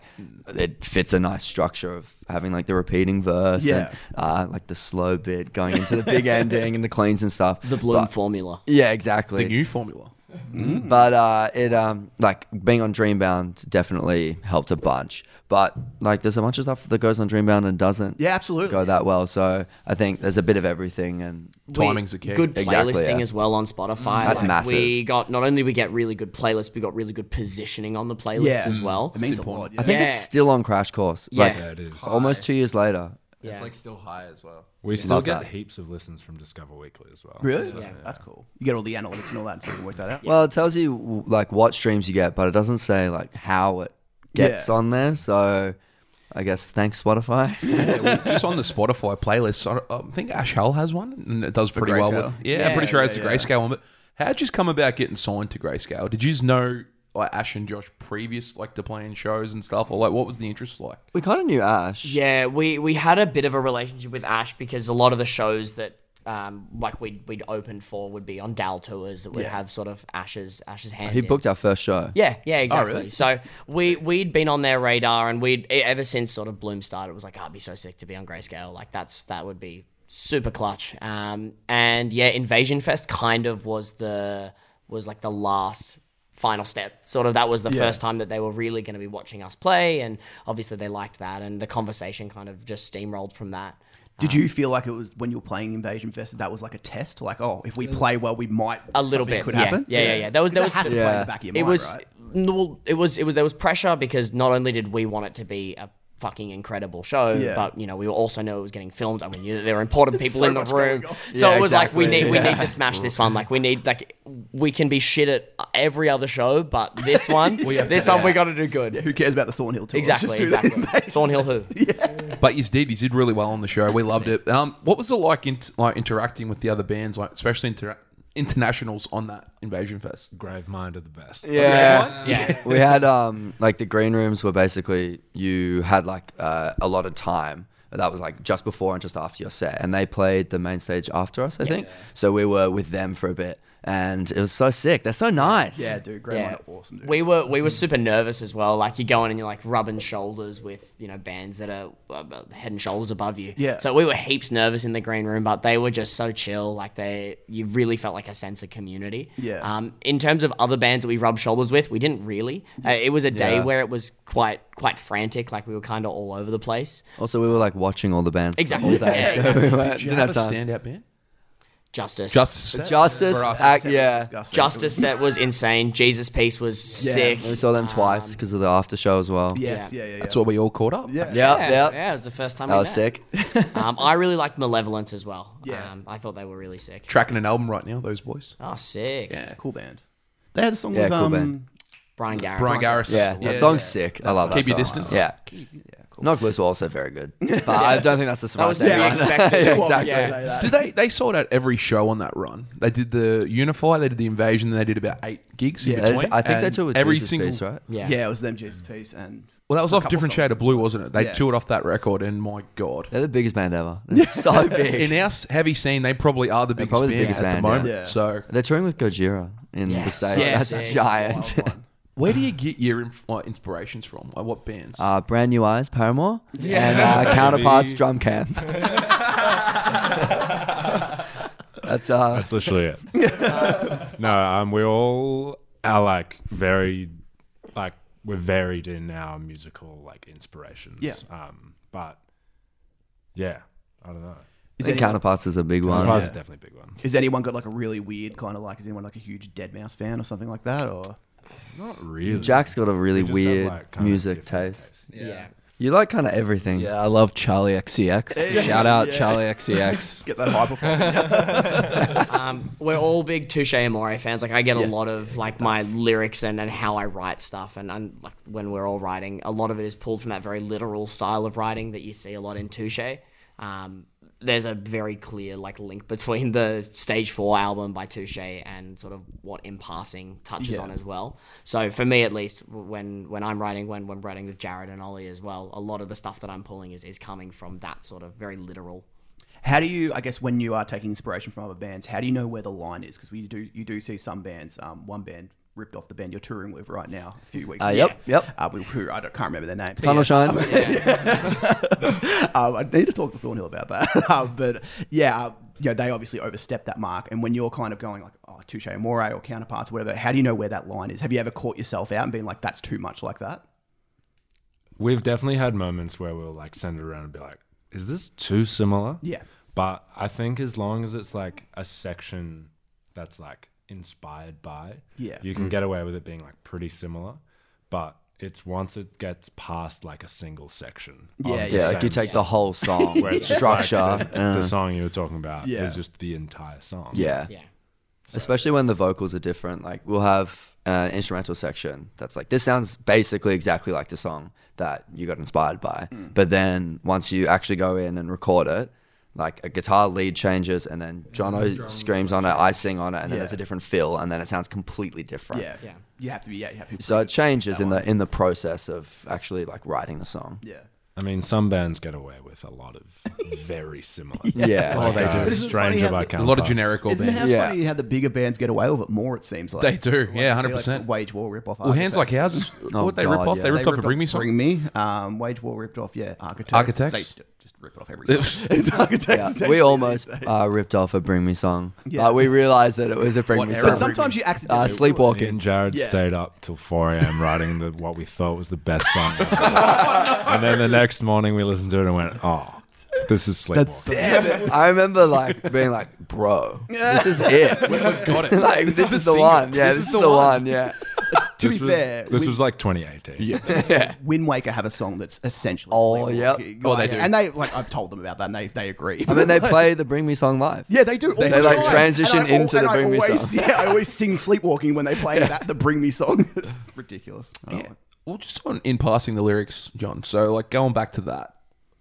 Speaker 5: it fits a nice structure of having like the repeating verse
Speaker 1: Yeah.
Speaker 5: and uh, like the slow bit going into the big ending and the cleans and stuff.
Speaker 3: The Bloom formula.
Speaker 5: yeah, exactly.
Speaker 2: The new formula.
Speaker 1: Mm.
Speaker 5: But uh, it um like being on Dreambound definitely helped a bunch. But like there's a bunch of stuff that goes on Dreambound and doesn't
Speaker 1: Yeah, absolutely.
Speaker 5: go that well. So I think there's a bit of everything and
Speaker 3: we-
Speaker 2: Timing's the key.
Speaker 3: Good
Speaker 5: Exactly,
Speaker 3: playlisting
Speaker 5: yeah.
Speaker 3: as well on Spotify.
Speaker 5: That's massive.
Speaker 3: We got not only we get really good playlists, we got really good positioning on the playlist
Speaker 1: Yeah.
Speaker 3: as well.
Speaker 1: It means a lot.
Speaker 5: I think
Speaker 3: Yeah.
Speaker 5: it's still on Crash Course.
Speaker 3: Yeah.
Speaker 5: Like
Speaker 3: Yeah,
Speaker 6: it is.
Speaker 5: almost two years later.
Speaker 3: Yeah.
Speaker 9: It's like still high as well.
Speaker 6: We still
Speaker 5: Love
Speaker 6: get
Speaker 5: that.
Speaker 6: heaps of listens from Discover Weekly as well.
Speaker 1: Really?
Speaker 6: So,
Speaker 1: yeah. That's cool. You get all the analytics and all that, so you can work that out.
Speaker 5: Well, it tells you w- like what streams you get, but it doesn't say like how it gets
Speaker 1: Yeah.
Speaker 5: on there. So I guess thanks Spotify.
Speaker 1: *laughs*
Speaker 2: Yeah, well, just on the Spotify playlist, I, I think Ash Hull has one, and it does pretty well. With,
Speaker 1: Grayscale.
Speaker 2: yeah, I'm pretty sure it has the Grayscale one. But how'd you come about getting signed to Grayscale? Did you just know like Ash and Josh previous like to playing shows and stuff, or like what was the interest like?
Speaker 5: we kind of knew Ash.
Speaker 3: Yeah, we we had a bit of a relationship with Ash because a lot of the shows that um like we'd we'd opened for would be on Dal tours that would have sort of Ash's Ash's hand.
Speaker 5: He
Speaker 3: in.
Speaker 5: booked our first show.
Speaker 3: Yeah, yeah, exactly. So we we'd been on their radar, and we'd e- ever since sort of Bloom started, it was like, oh, it'd be so sick to be on Grayscale. Like that's that would be super clutch. Um, and yeah, Invasion Fest kind of was the was like the last final step. Sort of that was the first time that they were really going to be watching us play, and obviously they liked that, and the conversation kind of just steamrolled from that.
Speaker 1: Did you feel like it was when you were playing Invasion Fest that that was like a test? Like, oh, if we play well, we might
Speaker 3: a little
Speaker 1: something
Speaker 3: bit
Speaker 1: could
Speaker 3: yeah.
Speaker 1: happen.
Speaker 3: Yeah, yeah, yeah. There was there
Speaker 1: That
Speaker 3: was
Speaker 1: has to play in the back of your
Speaker 3: it
Speaker 1: mind,
Speaker 3: was
Speaker 1: right?
Speaker 3: n- well, it was it was there was pressure because not only did we want it to be a fucking incredible show,
Speaker 1: Yeah.
Speaker 3: but you know we also knew it was getting filmed and we knew that there were
Speaker 1: *laughs*
Speaker 3: important people
Speaker 1: so
Speaker 3: in the
Speaker 1: much
Speaker 3: room.
Speaker 1: going on.
Speaker 3: So
Speaker 5: Yeah,
Speaker 3: it was like we
Speaker 5: exactly.
Speaker 3: need we need to smash this one. Like we need like we can be shit at every other show, but this
Speaker 1: *laughs*
Speaker 3: one this one we got to do good.
Speaker 1: Who cares about the Thornhill tour? Let's
Speaker 3: Exactly,
Speaker 1: just do that. *laughs*
Speaker 3: exactly. Thornhill who?
Speaker 2: But you did, you did really well on the show. We loved it. Um, what was it like in, like interacting with the other bands, like especially inter- internationals on that Invasion Fest?
Speaker 6: Gravemind are the best.
Speaker 5: Yeah. we had um like the green rooms were basically you had like uh, a lot of time. That was like just before and just after your set, and they played the main stage after us, I think. So we were with them for a bit, and it was so sick. They're so nice.
Speaker 1: Yeah, dude, Grey
Speaker 3: Yeah.
Speaker 1: Mine are awesome, dude.
Speaker 3: We were we were super nervous as well. Like you go in and you're like rubbing shoulders with you know bands that are uh, head and shoulders above you.
Speaker 1: Yeah.
Speaker 3: So we were heaps nervous in the green room, but they were just so chill. Like they, you really felt like a sense of community.
Speaker 1: Yeah.
Speaker 3: Um, in terms of other bands that we rubbed shoulders with, we didn't really. Uh, it was a day
Speaker 5: Yeah.
Speaker 3: where it was quite quite frantic. Like we were kind of all over the place.
Speaker 5: Also, we were like watching all the bands
Speaker 3: Exactly.
Speaker 5: all day,
Speaker 3: Yeah,
Speaker 5: so
Speaker 3: exactly.
Speaker 5: we were-
Speaker 2: Did you
Speaker 5: didn't
Speaker 2: have a
Speaker 5: have time.
Speaker 2: standout band?
Speaker 3: Justice.
Speaker 2: Justice.
Speaker 5: Justice,
Speaker 2: For us.
Speaker 5: act, yeah.
Speaker 1: Disgusting.
Speaker 3: uh, Justice set was insane. Jesus piece was sick.
Speaker 5: We saw them twice because of the after show as well. Yeah,
Speaker 1: Yes, yeah, yeah, yeah.
Speaker 2: That's what we all caught up.
Speaker 1: Yeah.
Speaker 5: yeah,
Speaker 3: Yeah, yeah, it was the first time
Speaker 5: That
Speaker 3: we
Speaker 5: was
Speaker 3: met.
Speaker 5: sick.
Speaker 3: Um, I really liked Malevolence as well.
Speaker 1: Yeah.
Speaker 3: Um, I thought they were really sick.
Speaker 2: Tracking an album right now, those boys.
Speaker 3: Oh, sick.
Speaker 1: Cool band. They had a song
Speaker 5: Yeah,
Speaker 1: with
Speaker 5: cool
Speaker 1: um,
Speaker 5: band.
Speaker 3: Brian Garris.
Speaker 2: Brian Garris.
Speaker 5: Yeah, that song's sick. I love that.
Speaker 2: Keep Your
Speaker 5: song.
Speaker 2: Distance.
Speaker 5: Yeah. Knock Loose were also very good, but I don't think that's a surprise.
Speaker 3: was to be
Speaker 5: to anyone. *laughs*
Speaker 3: expected.
Speaker 5: Yeah,
Speaker 1: Well,
Speaker 5: exactly.
Speaker 1: yeah, say that.
Speaker 2: Did they? They sold out every show on that run. They did the Unify, they did the Invasion, then they did about eight gigs in
Speaker 1: Yeah,
Speaker 5: They-
Speaker 2: between.
Speaker 5: I think they
Speaker 2: and
Speaker 5: toured with
Speaker 2: every
Speaker 5: Jesus
Speaker 2: single.
Speaker 5: Piece, right?
Speaker 3: Yeah.
Speaker 1: Yeah, it was them Jesus Peace and
Speaker 2: Well, that was off
Speaker 1: couple
Speaker 2: different
Speaker 1: songs.
Speaker 2: shade of blue, wasn't it? They
Speaker 1: Yeah.
Speaker 2: toured off that record, and my god,
Speaker 5: They're the biggest band ever. They're so big.
Speaker 2: in our s- heavy scene, they probably are the biggest
Speaker 5: probably
Speaker 2: band
Speaker 5: the biggest
Speaker 2: at
Speaker 5: band,
Speaker 2: the moment.
Speaker 1: yeah. Yeah.
Speaker 2: So,
Speaker 5: They're touring with Gojira in the states.
Speaker 3: Yes.
Speaker 5: That's
Speaker 3: Sick.
Speaker 5: giant.
Speaker 2: where do you get your inf- like, inspirations from? Like, what bands?
Speaker 5: *laughs* Uh, brand new eyes, Paramore, and uh, counterparts, drum camp. That's uh,
Speaker 6: That's literally it. *laughs* no, um, we all are like very, like we're varied in our musical like inspirations.
Speaker 1: Yeah.
Speaker 6: Um, but yeah, I don't know.
Speaker 5: I think counterparts is a big one.
Speaker 6: Surprise is definitely a big one.
Speaker 1: Has anyone got like a really weird kind of like? Is anyone like a huge Dead Mouse fan or something like that? Or
Speaker 6: Not really.
Speaker 5: Jack's got a really
Speaker 6: We just have,
Speaker 5: weird
Speaker 6: like, kind of
Speaker 5: music
Speaker 6: different
Speaker 5: taste.
Speaker 6: tastes.
Speaker 3: Yeah.
Speaker 5: You like kind of everything.
Speaker 9: Yeah, I love Charlie XCX. Shout out Charlie
Speaker 5: E
Speaker 9: XCX.
Speaker 1: get that hyper.
Speaker 3: Um, we're all big Touche Amore fans. Like I get
Speaker 1: Yes.
Speaker 3: a lot of like my lyrics and, and how I write stuff, and, and like when we're all writing, a lot of it is pulled from that very literal style of writing that you see a lot in Touche. Um, there's a very clear like link between the Stage Four album by Touche and sort of what In Passing touches on as well. So for me, at least, when when I'm writing, when when writing with Jared and Ollie as well, a lot of the stuff that I'm pulling is is coming from that sort of very literal
Speaker 1: How do you, I guess, when you are taking inspiration from other bands, how do you know where the line is? Because we do, you do see some bands. Um, one band ripped off the band you're touring with right now. A few weeks.
Speaker 5: Uh, yep, yep.
Speaker 1: Uh, we, who I don't- can't remember their name. *laughs*
Speaker 5: Tunnel Shine.
Speaker 1: um, I need to talk to Thornhill about that. *laughs* um, but yeah, uh, yeah, they obviously overstepped that mark. And when you're kind of going like, oh, touche amore or counterparts, or whatever, how do you know where that line is? Have you ever caught yourself out and been like, that's too much like that?
Speaker 6: We've definitely had moments where we'll like send it around and be like, "Is this too similar?"
Speaker 1: Yeah.
Speaker 6: But I think as long as it's like a section that's like inspired by,
Speaker 1: Yeah.
Speaker 6: you
Speaker 2: Mm.
Speaker 6: can get away with it being like pretty similar. But it's once it gets past like a single section. of
Speaker 1: Yeah,
Speaker 6: the
Speaker 5: Yeah, like you
Speaker 6: sense,
Speaker 5: take the whole song,
Speaker 6: where it's just, like,
Speaker 5: structure.
Speaker 6: the,
Speaker 5: uh,
Speaker 6: the song you were talking about
Speaker 1: Yeah.
Speaker 6: is just the entire song.
Speaker 5: yeah.
Speaker 3: Yeah.
Speaker 5: Especially when the vocals are different. Like we'll have an instrumental section that's like this sounds basically exactly like the song that you got inspired by. But then once you actually go in and record it, like a guitar lead changes and then Jono screams on it, I sing on it, and then there's a different feel and then it sounds completely different.
Speaker 1: Yeah.
Speaker 3: Yeah.
Speaker 1: You have to be. Yeah. You have to be
Speaker 5: So it changes in the in the process of actually like writing the song.
Speaker 1: yeah. *laughs*
Speaker 6: I mean, some bands get away with a lot of
Speaker 1: *laughs*
Speaker 6: very similar.
Speaker 5: Yeah.
Speaker 6: Like,
Speaker 2: Oh, they
Speaker 6: uh,
Speaker 2: do.
Speaker 1: Isn't it
Speaker 6: Stranger
Speaker 1: funny how
Speaker 6: by
Speaker 1: the-
Speaker 2: a lot of
Speaker 6: Counterparts.
Speaker 2: generic old
Speaker 1: Isn't it how
Speaker 2: bands.
Speaker 5: Yeah.
Speaker 1: funny how the bigger bands get away with it more? It seems like
Speaker 2: They do. Yeah,
Speaker 1: you see,
Speaker 2: hundred
Speaker 1: like,
Speaker 2: percent.
Speaker 1: Wage War rip off.
Speaker 2: Well, hands like houses.
Speaker 5: Oh,
Speaker 2: what they
Speaker 5: God,
Speaker 2: rip off?
Speaker 5: yeah.
Speaker 2: They ripped
Speaker 1: They
Speaker 2: off a
Speaker 1: ripped
Speaker 2: Bring Me song.
Speaker 1: Bring Me. Um, Wage War ripped off, yeah, Architects.
Speaker 2: Architects.
Speaker 1: They d- just rip it off every
Speaker 2: *laughs*
Speaker 1: song. it's *laughs* Architects.
Speaker 5: Yeah,
Speaker 1: essentially.
Speaker 5: we
Speaker 1: *laughs*
Speaker 5: almost uh, ripped off a Bring Me song, but we realized that it was a Bring
Speaker 2: What
Speaker 5: Me
Speaker 2: era?
Speaker 5: song.
Speaker 1: But sometimes you accidentally.
Speaker 5: uh,
Speaker 6: Me and
Speaker 5: sleepwalking.
Speaker 6: Jared
Speaker 1: Yeah.
Speaker 6: stayed up till 4 a.m.
Speaker 1: *laughs*
Speaker 6: writing the what we thought was the best song. ever. and then the next morning we listened to it and went, oh, this is
Speaker 1: That's
Speaker 6: sleepwalking.
Speaker 5: *laughs* I remember like being like, "Bro, this is it. We've got it. *laughs* like this, is, the
Speaker 2: single.
Speaker 5: one. Yeah, this, is, the one. Yeah,
Speaker 1: to
Speaker 6: this
Speaker 1: be
Speaker 6: was,
Speaker 1: fair,
Speaker 6: this
Speaker 1: Wind-
Speaker 6: was like 2018. Yeah.
Speaker 1: Wind Waker have a song that's essentially.
Speaker 5: Oh,
Speaker 1: yeah.
Speaker 5: yep.
Speaker 2: Oh, they do.
Speaker 1: And they like I've told them about that, and they they agree.
Speaker 5: I mean they play the Bring Me song live.
Speaker 1: *laughs* Yeah, they do. All
Speaker 5: They,
Speaker 1: the
Speaker 5: like,
Speaker 1: time.
Speaker 5: transition
Speaker 1: And I al-
Speaker 5: into
Speaker 1: and
Speaker 5: the
Speaker 1: I
Speaker 5: Bring Me
Speaker 1: always-
Speaker 5: song.
Speaker 1: *laughs* Yeah, I always sing "Sleepwalking" when they play that the "Bring Me"
Speaker 5: *laughs*
Speaker 1: song. Ridiculous. I don't like-
Speaker 2: Well, just on in passing the lyrics, John. So, like going back to that,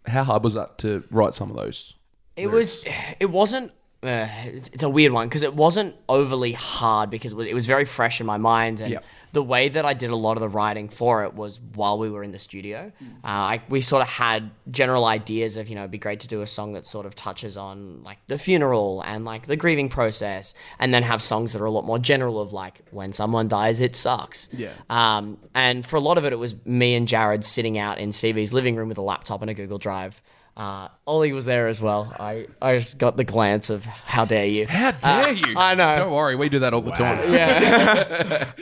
Speaker 2: how hard was that to write some of those?
Speaker 3: It was. *sighs* It wasn't. Uh, it's it's a weird one because it wasn't overly hard because it was, it was very fresh in my mind and
Speaker 2: Yep.
Speaker 3: the way that I did a lot of the writing for it was while we were in the studio. Uh, I, we sort of had general ideas of you know it'd be great to do a song that sort of touches on like the funeral and like the grieving process, and then have songs that are a lot more general of like when someone dies it sucks.
Speaker 1: Yeah.
Speaker 3: Um, and for a lot of it, it was me and Jared sitting out in CB's living room with a laptop and a Google Drive. Uh, Ollie was there as well. I, I just got the glance of how dare you. Uh,
Speaker 2: How dare you?
Speaker 3: I know.
Speaker 2: Don't worry, we do that all the time.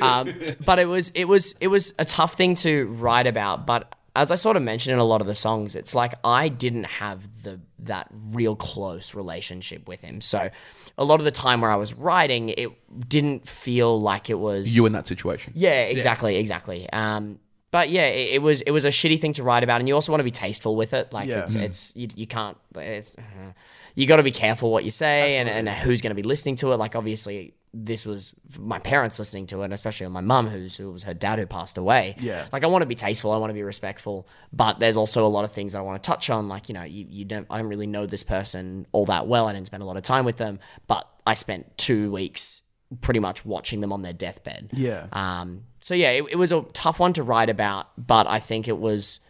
Speaker 3: Um, but it was it was it was a tough thing to write about. But as I sort of mentioned in a lot of the songs, it's like I didn't have the that real close relationship with him. So a lot of the time where I was writing, it didn't feel like it was
Speaker 2: You in that situation.
Speaker 3: yeah, exactly, exactly. Um, but yeah, it, it was it was a shitty thing to write about, and you also want to be tasteful with it. Like
Speaker 1: Yeah. Mm.
Speaker 3: it's it's you, you can't it's, you got to be careful what you say and, and who's going to be listening to it. Like obviously, this was my parents listening to it, and especially my mum, who's who was her dad who passed away.
Speaker 1: Yeah.
Speaker 3: like I want to be tasteful, I want to be respectful, but there's also a lot of things that I want to touch on. Like you know, you, you don't I don't really know this person all that well. I didn't spend a lot of time with them, but I spent two weeks pretty much watching them on their deathbed.
Speaker 1: Yeah.
Speaker 3: Um, so yeah, it, it was a tough one to write about, but I think it was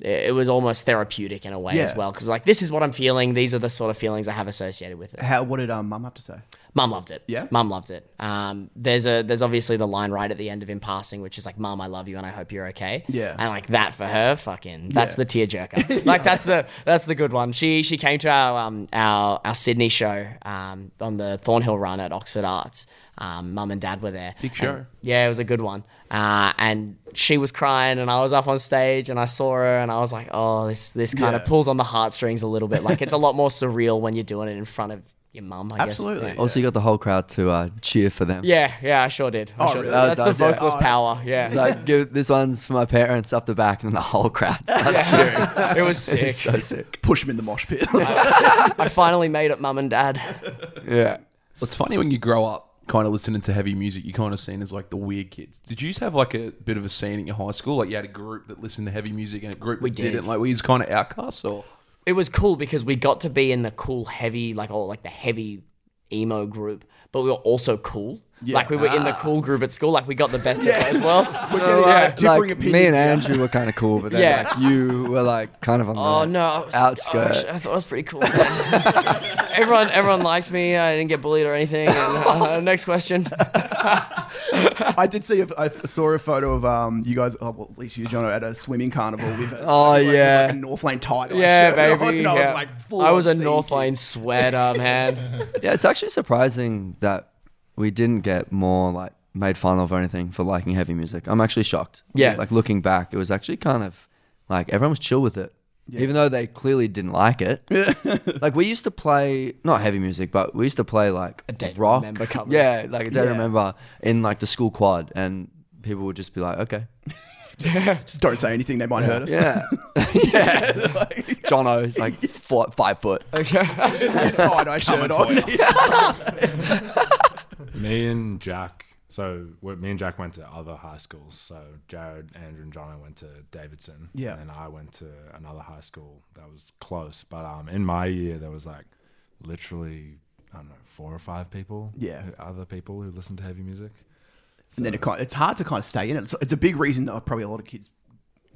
Speaker 3: it was almost therapeutic in a way as
Speaker 1: Yeah.
Speaker 3: well because like this is what I'm feeling. These are the sort of feelings I have associated with it.
Speaker 1: How? What did um, mum have to say?
Speaker 3: Mum loved it.
Speaker 1: Yeah?
Speaker 3: mum loved it. Um, there's a there's obviously the line right at the end of him passing, which is like, "Mum, I love you and I hope you're okay."
Speaker 1: Yeah.
Speaker 3: and like that for her, fucking that's
Speaker 1: *laughs*
Speaker 3: the tearjerker. like that's the that's the good one. She she came to our um our our Sydney show um on the Thornhill run at Oxford Arts. Um, mum and dad were there.
Speaker 2: Big show.
Speaker 3: Yeah, it was a good one. Uh, and she was crying, and I was up on stage, and I saw her, and I was like, "Oh, this this kind
Speaker 1: Yeah.
Speaker 3: of pulls on the heartstrings a little bit. Like it's a lot more surreal when you're doing it in front of your mum." I
Speaker 1: Absolutely.
Speaker 3: Guess.
Speaker 5: Also, you got the whole crowd to uh, cheer for them. *laughs*
Speaker 3: Yeah, yeah, I sure did. I
Speaker 1: Oh,
Speaker 3: sure
Speaker 1: really?
Speaker 3: did.
Speaker 5: That was
Speaker 3: That's the
Speaker 5: nice, yeah.
Speaker 3: vocalist
Speaker 1: Oh, that's-
Speaker 3: power. Yeah,
Speaker 5: So I give this one's for my parents up the back, and then the whole crowd. starts cheering.
Speaker 3: it
Speaker 1: *laughs*
Speaker 3: was sick.
Speaker 5: so sick.
Speaker 1: Push him in the mosh
Speaker 5: *laughs*
Speaker 1: pit. *laughs*
Speaker 3: I finally made it, mum and dad.
Speaker 5: Yeah.
Speaker 2: Well, It's funny when you grow up kind of listening to heavy music, you kind of seen as like the weird kids. Did you used to have like a bit of a scene in your high school? Like you had a group that listened to heavy music and a group that
Speaker 3: did.
Speaker 2: did. not Like were you kind of outcasts or?
Speaker 3: It was cool because we got to be in the cool heavy, like all like the heavy emo group, but we were also cool. Like we were in
Speaker 1: Ah.
Speaker 3: the cool group at school. Like we got the best of
Speaker 1: *laughs*
Speaker 3: both worlds.
Speaker 5: *laughs* Like,
Speaker 1: differing
Speaker 5: me
Speaker 1: opinions
Speaker 5: and
Speaker 1: here.
Speaker 5: Andrew were kind of cool, but then
Speaker 3: Yeah.
Speaker 5: like you were like kind of on
Speaker 3: *laughs* Oh
Speaker 5: the
Speaker 3: no, I was,
Speaker 5: outskirt.
Speaker 3: gosh, I thought it was pretty cool. man. *laughs* everyone, everyone liked me. I didn't get bullied or anything.
Speaker 1: *laughs*
Speaker 3: And, uh, next question.
Speaker 1: I did see. A, I saw a photo of um, you guys. Oh, well, at least you, Jono, at a swimming carnival with. A,
Speaker 5: Oh,
Speaker 1: like,
Speaker 5: yeah.
Speaker 1: like a North Lane tie. dye
Speaker 3: Yeah,
Speaker 1: shirt. *laughs*
Speaker 3: baby.
Speaker 1: No,
Speaker 3: yeah.
Speaker 1: I was like full
Speaker 3: I was a
Speaker 1: on sea
Speaker 3: North
Speaker 1: kid.
Speaker 3: Lane sweater,
Speaker 1: *laughs*
Speaker 3: man.
Speaker 5: Yeah, it's actually surprising that we didn't get more like made fun of or anything for liking heavy music. I'm actually shocked.
Speaker 3: Yeah.
Speaker 5: Like looking back, it was actually kind of like everyone was chill with it. Even though they clearly didn't like it.
Speaker 3: *laughs*
Speaker 5: like we used to play not heavy music, but we used to play like
Speaker 3: Don't
Speaker 5: rock.
Speaker 3: remember covers.
Speaker 5: Yeah, like I don't
Speaker 1: Yeah.
Speaker 5: remember in like the school quad and people would just be like, Okay.
Speaker 1: Just don't say anything. They might hurt us.
Speaker 5: Yeah. *laughs*
Speaker 3: *laughs*
Speaker 5: yeah.
Speaker 1: *laughs*
Speaker 5: John O's like four, five foot.
Speaker 1: tie dye shirt on. *laughs*
Speaker 6: Me and Jack. So we- me and Jack went to other high schools. So Jared, Andrew, and Jono went to Davidson.
Speaker 1: Yeah.
Speaker 6: And I went to another high school that was close. But um, in my year, there was like literally I don't know four or five people.
Speaker 1: Yeah.
Speaker 6: who- Other people who listened to heavy music.
Speaker 1: And then it kind it's hard to kind of stay in it. It's, it's a big reason that probably a lot of kids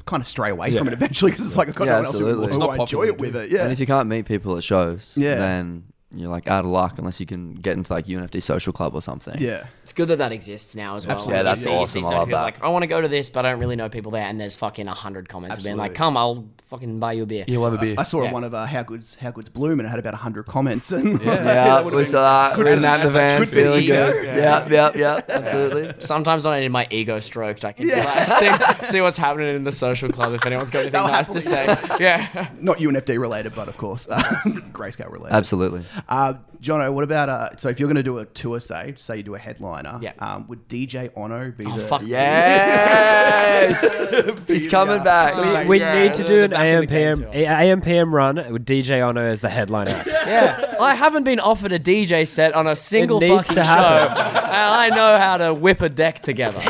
Speaker 1: kind of stray away from it eventually because it's like I've got
Speaker 5: Yeah,
Speaker 1: no one else who,
Speaker 5: absolutely. It's
Speaker 1: who
Speaker 2: not
Speaker 1: I enjoy
Speaker 2: popular
Speaker 1: it
Speaker 2: to
Speaker 1: with
Speaker 2: do.
Speaker 1: it. Yeah.
Speaker 5: And if you can't meet people at shows,
Speaker 1: Yeah.
Speaker 5: then you're like out of luck unless you can get into like UNFD social club or something.
Speaker 1: yeah.
Speaker 3: It's good that that exists now as well.
Speaker 1: Absolutely. Yeah,
Speaker 3: You
Speaker 5: that's
Speaker 3: you
Speaker 5: awesome. I
Speaker 3: so many
Speaker 5: love
Speaker 3: people
Speaker 5: that.
Speaker 3: Like, I want to go to this, but I don't really know people there. And there's fucking a hundred comments being like, "Come, I'll fucking buy you a beer."
Speaker 2: Yeah, we'll have a beer.
Speaker 1: I saw
Speaker 3: Yeah.
Speaker 1: one of uh, how good's how good's bloom and it had about hundred comments and
Speaker 5: Yeah,
Speaker 1: *laughs* that would've
Speaker 5: we
Speaker 1: been-
Speaker 5: saw that. We in the van,
Speaker 1: good for the
Speaker 5: feeling
Speaker 1: ego.
Speaker 5: good. Yeah, yeah, yeah, absolutely.
Speaker 3: Sometimes when I need my ego stroked, I can just, like, see, see what's happening in the social club if anyone's got anything
Speaker 1: They'll
Speaker 3: nice to say. Yeah.
Speaker 1: not UNFD related, but of course uh, *laughs* grayscale related.
Speaker 5: Absolutely.
Speaker 1: Uh, Jono, what about uh, so if you're going to do a tour, say say you do a headliner,
Speaker 3: Yeah. Oh,
Speaker 1: um, would DJ Ono be the
Speaker 3: fuck.
Speaker 1: *laughs*
Speaker 5: Yes, he's
Speaker 1: uh,
Speaker 5: coming back.
Speaker 7: We, we need to do an
Speaker 3: the game
Speaker 7: AMPM AMPM run with DJ Ono as the headline *laughs* act.
Speaker 3: Yeah. I haven't been offered a DJ set on a single
Speaker 7: needs
Speaker 3: fucking show.
Speaker 7: to happen.
Speaker 3: and I know how to whip a deck together.